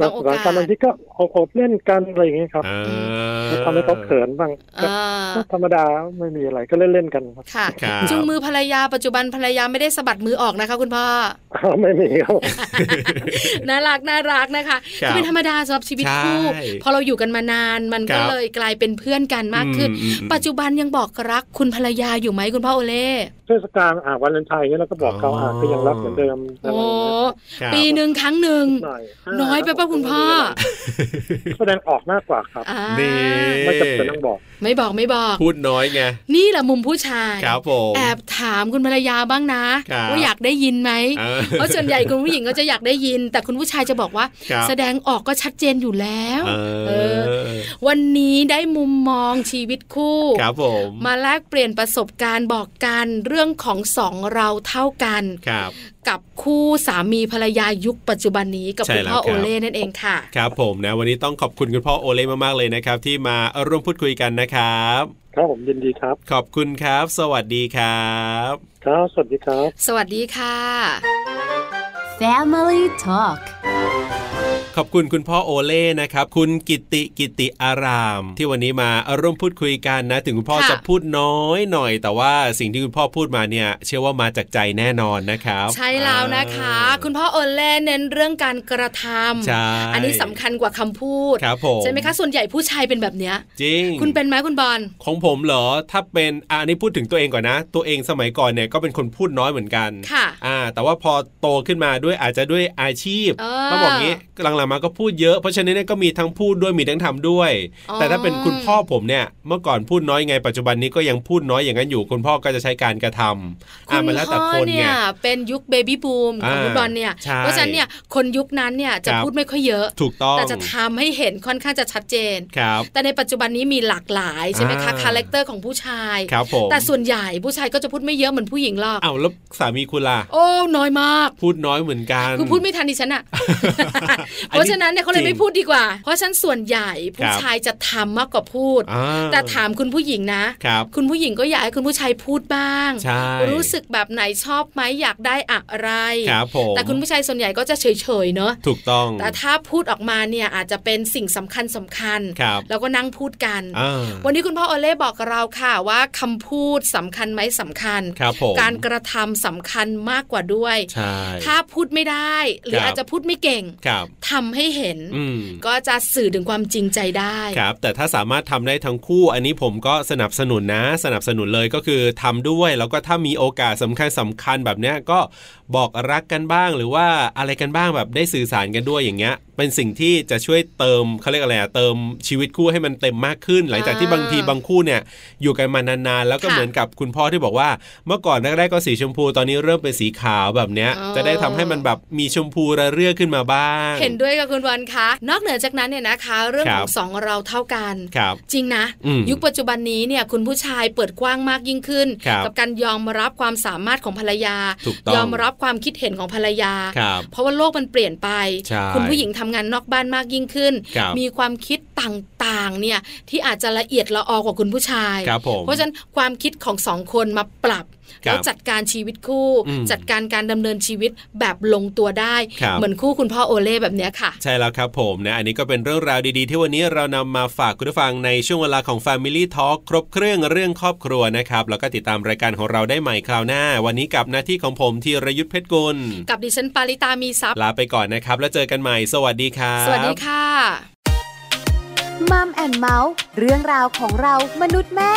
[SPEAKER 1] บางโอกาส
[SPEAKER 5] บางที่ก็โอบๆเล่นกันอะไรอย่างเงี้ยครับ
[SPEAKER 2] อ่า
[SPEAKER 5] ทำให้เขาเขินบ้าง
[SPEAKER 1] เอ
[SPEAKER 5] ก็
[SPEAKER 1] อ
[SPEAKER 5] ก็ธรรมดาไม่มีอะไรก็เล่นๆกันครับ [LAUGHS]
[SPEAKER 1] ค่ะ
[SPEAKER 2] ครับ
[SPEAKER 1] จุงมือภรรยาปัจจุบันภรรยาไม่ได้สะบัดมือออกนะคะ คุณ
[SPEAKER 2] [LAUGHS]
[SPEAKER 1] พ่อ
[SPEAKER 5] อ้าวไม่มี
[SPEAKER 1] [LAUGHS]
[SPEAKER 5] ครับ
[SPEAKER 1] น่ารักน่ารักนะคะ
[SPEAKER 2] ครับ
[SPEAKER 1] ก็เป็นธรรมดาสำหรับชีวิตคู่
[SPEAKER 2] ใช่
[SPEAKER 1] พอเราอยู่กันมานานมัน
[SPEAKER 2] ครั
[SPEAKER 1] ก็
[SPEAKER 2] บ
[SPEAKER 1] เลยกลายเป็นเพื่อนกัน [LAUGHS] มากขึ้น
[SPEAKER 2] อืมอืม
[SPEAKER 1] ปัจจุบันยังบอกรักคุณภรรยาอยู่ไหมคุณพ่อโอเล่
[SPEAKER 5] เทศกาลอ่าวันเลนไทน์เงี้ยเราก็บอกเขาอ่า
[SPEAKER 2] อ๋อ
[SPEAKER 5] ก็ยังรักเหมือนเดิมอะไร
[SPEAKER 1] โอ้
[SPEAKER 5] อ
[SPEAKER 2] ค
[SPEAKER 5] ย่างเงี้ย
[SPEAKER 2] รับ
[SPEAKER 1] ปีหนึ่งครั้งหนึ่ง
[SPEAKER 5] หน่อย
[SPEAKER 1] น้อยไปป่ะคุณพ่อ
[SPEAKER 5] แสดงออกมากกว่าครับ
[SPEAKER 1] อ่า
[SPEAKER 2] นี่
[SPEAKER 5] ไม่จำเป็นต้องบอก
[SPEAKER 1] ไม่บอกไม่บอก
[SPEAKER 2] พูดน้อยไง
[SPEAKER 1] นี่แหละมุมผู้ชาย
[SPEAKER 2] ครับผม
[SPEAKER 1] แอบถามคุณภรรยาบ้างนะครับ ว่าอยากได้ยินไหม
[SPEAKER 2] ออ
[SPEAKER 1] เพราะส่วนใหญ่คุณผู้หญิงก็จะอยากได้ยิน แต่คุณผู้ชายจะบอกว่า
[SPEAKER 2] ครับ
[SPEAKER 1] แสดงออกก็ชัดเจนอยู่แล้ว
[SPEAKER 2] เอ
[SPEAKER 1] เออ
[SPEAKER 2] อ
[SPEAKER 1] วันนี้ได้มุมมองชีวิตคู่
[SPEAKER 2] ครับผม
[SPEAKER 1] มาแลกเปลี่ยนประสบการณ์บอกกันเรื่องของสองเราเท่ากัน
[SPEAKER 2] ครับ
[SPEAKER 1] กับคู่สามีภรรยายุคปัจจุบันนี้กับ
[SPEAKER 2] ใช่
[SPEAKER 1] คุณ
[SPEAKER 2] แล้ว
[SPEAKER 1] พ่อ
[SPEAKER 2] ค
[SPEAKER 1] โอ
[SPEAKER 2] รับ
[SPEAKER 1] เล่นั่นเองค่ะ
[SPEAKER 2] ครับผมนะวันนี้ต้องขอบคุณคุณพ่อโอเล่มากๆเลยนะครับ ที่มาร่วมพูดคุยกันนะครับ
[SPEAKER 5] ครับผมยินดีครับ
[SPEAKER 2] ขอบคุณครับ สวัสดีครับ
[SPEAKER 5] ครับ สวัสดีครับ
[SPEAKER 1] สวัสดีค่ะ
[SPEAKER 4] Family Talk
[SPEAKER 2] ขอบคุณคุณพ่อโอเล่นะครับ คุณกิติกิติอาราม ที่วันนี้มาร่วมพูดคุยกันนะ ถึงคุณพ่อ
[SPEAKER 1] ค่ะ
[SPEAKER 2] จะพูดน้อยหน่อย แต่ว่าสิ่งที่คุณพ่อพูดมาเนี่ย เชื่อว่ามาจากใจแน่นอนนะครับ
[SPEAKER 1] ใช่แล้วนะคะ
[SPEAKER 2] อ่า
[SPEAKER 1] คุณพ่อโอเล่เน้นเรื่องการกระท
[SPEAKER 2] ใช่
[SPEAKER 1] ำอันนี้สำคัญกว่าคำพูด
[SPEAKER 2] ครับผม
[SPEAKER 1] ใช่ไหมคะส่วนใหญ่ผู้ชายเป็นแบบเนี้ย
[SPEAKER 2] จริง
[SPEAKER 1] คุณเป็นไหมคุณบอล
[SPEAKER 2] ของผมเหรอ ถ้าเป็นอะอันนี้พูดถึงตัวเองก่อนนะ ตัวเองสมัยก่อนเนี่ยก็เป็นคนพูดน้อยเหมือนกัน
[SPEAKER 1] ค่ะ
[SPEAKER 2] อ่า แต่ว่าพอโตขึ้นมาด้วยอาจจะด้วยอาชีพ
[SPEAKER 1] เออ
[SPEAKER 2] ต้องบอกงี้หลังๆ ๆมาก็พูดเยอะ เพราะฉะนั้นเนี่ยก็มีทั้งพูดด้วยมีทั้งทำด้วย
[SPEAKER 1] อ๋อ
[SPEAKER 2] แต่ถ้าเป็นคุณพ่อผมเนี่ย เมื่อก่อนพูดน้อยไงปัจจุบันนี้ก็ยังพูดน้อยอย่างนั้นอยู่ คุณพ่อก็จะใช้การกระทำ
[SPEAKER 1] คุ
[SPEAKER 2] อ่ะ
[SPEAKER 1] ณ
[SPEAKER 2] มันแล้ว
[SPEAKER 1] พ่
[SPEAKER 2] แต่
[SPEAKER 1] อ
[SPEAKER 2] คน
[SPEAKER 1] เนี่
[SPEAKER 2] ไง
[SPEAKER 1] ยเป็นยุคเบบี้บูมของ
[SPEAKER 2] อ่า
[SPEAKER 1] คุณบอลเนี่ย
[SPEAKER 2] ใช่
[SPEAKER 1] เพราะฉะนั้นเนี่ยคนยุคนั้นเนี่ยจะ
[SPEAKER 2] ครับ
[SPEAKER 1] พูดไม่ค่อยเยอะ
[SPEAKER 2] ถูกต้อง
[SPEAKER 1] แต่จะทำให้เห็นค่อนข้างจะชัดเจน
[SPEAKER 2] ครับ
[SPEAKER 1] แต่ในปัจจุบันนี้มีหลากหลายใช่ไหมคะ
[SPEAKER 2] อ่า
[SPEAKER 1] คาแรคเตอร์ของผู้ชาย
[SPEAKER 2] ครับผม
[SPEAKER 1] แต่ส่วนใหญ่ผู้ชายก็จะพูดไม่เยอะเหมือนผู้หญิงหรอก
[SPEAKER 2] อ้าวแล้วสามีคุณล่ะ
[SPEAKER 1] โอ้น้อยมาก
[SPEAKER 2] พูดน้อยเหมือนกัน
[SPEAKER 1] คือพูดไม่ทันดิฉันอะ
[SPEAKER 2] อัน
[SPEAKER 1] เพ
[SPEAKER 2] นี้
[SPEAKER 1] ราะฉะนั้นเนี่ยเขาเลย
[SPEAKER 2] จริง
[SPEAKER 1] ไม่พูดดีกว่า เพราะฉะนันส่วนใหญ่ผู้
[SPEAKER 2] ครับ
[SPEAKER 1] ชายจะทำมากกว่าพูด
[SPEAKER 2] อ่
[SPEAKER 1] แต่ถามคุณผู้หญิงนะ
[SPEAKER 2] ครับ
[SPEAKER 1] คุณผู้หญิงก็อยากให้คุณผู้ชายพูดบ้าง
[SPEAKER 2] ใช่
[SPEAKER 1] รู้สึกแบบไหนชอบไหมอยากได้อะไร
[SPEAKER 2] ครับผม
[SPEAKER 1] แต่คุณผู้ชายส่วนใหญ่ก็จะเฉยๆเนอะ
[SPEAKER 2] ถูกต้อง
[SPEAKER 1] แต่ถ้าพูดออกมาเนี่ยอาจจะเป็นสิ่งสำคัญสำคัญ
[SPEAKER 2] ครับ
[SPEAKER 1] แล้วก็นั่งพูดกัน
[SPEAKER 2] อ่า
[SPEAKER 1] วันนี้คุณพ่อโอเล่บอกกับเราค่ะว่าคำพูดสำคัญไหมสำคัญ
[SPEAKER 2] ครับผม
[SPEAKER 1] การกระทำสำคัญมากกว่าด้วย
[SPEAKER 2] ใช่
[SPEAKER 1] ถ้าพูดไม่ได้ หรือ
[SPEAKER 2] ครับ
[SPEAKER 1] อาจจะพูดไม่เก่ง
[SPEAKER 2] ครับ
[SPEAKER 1] ทำให้เห็น
[SPEAKER 2] อืม
[SPEAKER 1] ก็จะสื่อถึงความจริงใจได้
[SPEAKER 2] ครับแต่ถ้าสามารถทำได้ทั้งคู่ อันนี้ผมก็สนับสนุนนะ สนับสนุนเลยก็คือทำด้วย แล้วก็ถ้ามีโอกาสสำคัญสำคัญแบบเนี้ยก็บอกรักกันบ้าง หรือว่าอะไรกันบ้างแบบได้สื่อสารกันด้วยอย่างเงี้ย เป็นสิ่งที่จะช่วยเติมเขาเรียกอะไรอะเติมชีวิตคู่ให้มันเต็มมากขึ้น หลังจากที่
[SPEAKER 1] อ่า
[SPEAKER 2] บางทีบางคู่เนี่ยอยู่กันมานานๆแล้วก็
[SPEAKER 1] ค่ะ
[SPEAKER 2] เหมือนกับคุณพ่อที่บอกว่า เมื่อก่อนแรกๆก็สีชมพูตอนนี้เริ่มเป็นสีขาวแบบเนี้ย
[SPEAKER 1] อ๋อ
[SPEAKER 2] จะได้ทำให้มันแบบมีชมพูระเรื่อขึ้นมาบ้าง
[SPEAKER 1] เห็นด้วยกับคุณวันคะนอกเหนือจากนั้นเนี่ยนะคะ เรื่อง
[SPEAKER 2] ครั
[SPEAKER 1] ข
[SPEAKER 2] บ
[SPEAKER 1] องสองเราเท่ากัน
[SPEAKER 2] ครับ
[SPEAKER 1] จริงนะ
[SPEAKER 2] อืม
[SPEAKER 1] ยุคปัจจุบันนี้เนี่ยคุณผู้ชายเปิดกว้างมากยิ่งขึ้น
[SPEAKER 2] ครับ
[SPEAKER 1] กับการยอมรับความสามารถของภรรยา
[SPEAKER 2] ถูกต้อง
[SPEAKER 1] ยอมรับความคิดเห็นของภรรยา
[SPEAKER 2] ครับ
[SPEAKER 1] เพราะว่าโลกมันเปลี่ยนไป
[SPEAKER 2] ใช่
[SPEAKER 1] คุณผู้หญิงทำงานนอกบ้านมากยิ่งขึ้น
[SPEAKER 2] ครับ
[SPEAKER 1] มีความคิดต่างๆเนี่ยที่อาจจะละเอียดละออกว่าคุณผู้ชาย
[SPEAKER 2] ครับผม
[SPEAKER 1] เพราะฉะนั้นความคิดของสองคนมาปรับ
[SPEAKER 2] ครับ
[SPEAKER 1] แล้วจัดการชีวิตคู่
[SPEAKER 2] อืม
[SPEAKER 1] จัดการการดำเนินชีวิตแบบลงตัวได้
[SPEAKER 2] ครับ
[SPEAKER 1] เหมือนคู่คุณพ่อโอเล่แบบเนี้ยค่ะ
[SPEAKER 2] ใช่แล้วครับผมนะอันนี้ก็เป็นเรื่องราวดีๆ ที่วันนี้เรานำมาฝากคุณผู้ฟังในช่วงเวลาของ Family Talk ครบเครื่องเรื่องครอบครัวนะครับ แล้วก็ติดตามรายการของเราได้ใหม่คราวหน้า วันนี้กับหน้าที่ของผมธีรยุทธเพชรกุล
[SPEAKER 1] กับดิฉันปาริตามีซัพย์
[SPEAKER 2] ลาไปก่อนนะครับ แล้วเจอกันใหม่ สวัสดีครับ
[SPEAKER 1] สวัสดีค่ะ
[SPEAKER 4] มัมแอนเมาส์เรื่องราวของเรามนุษย์แม่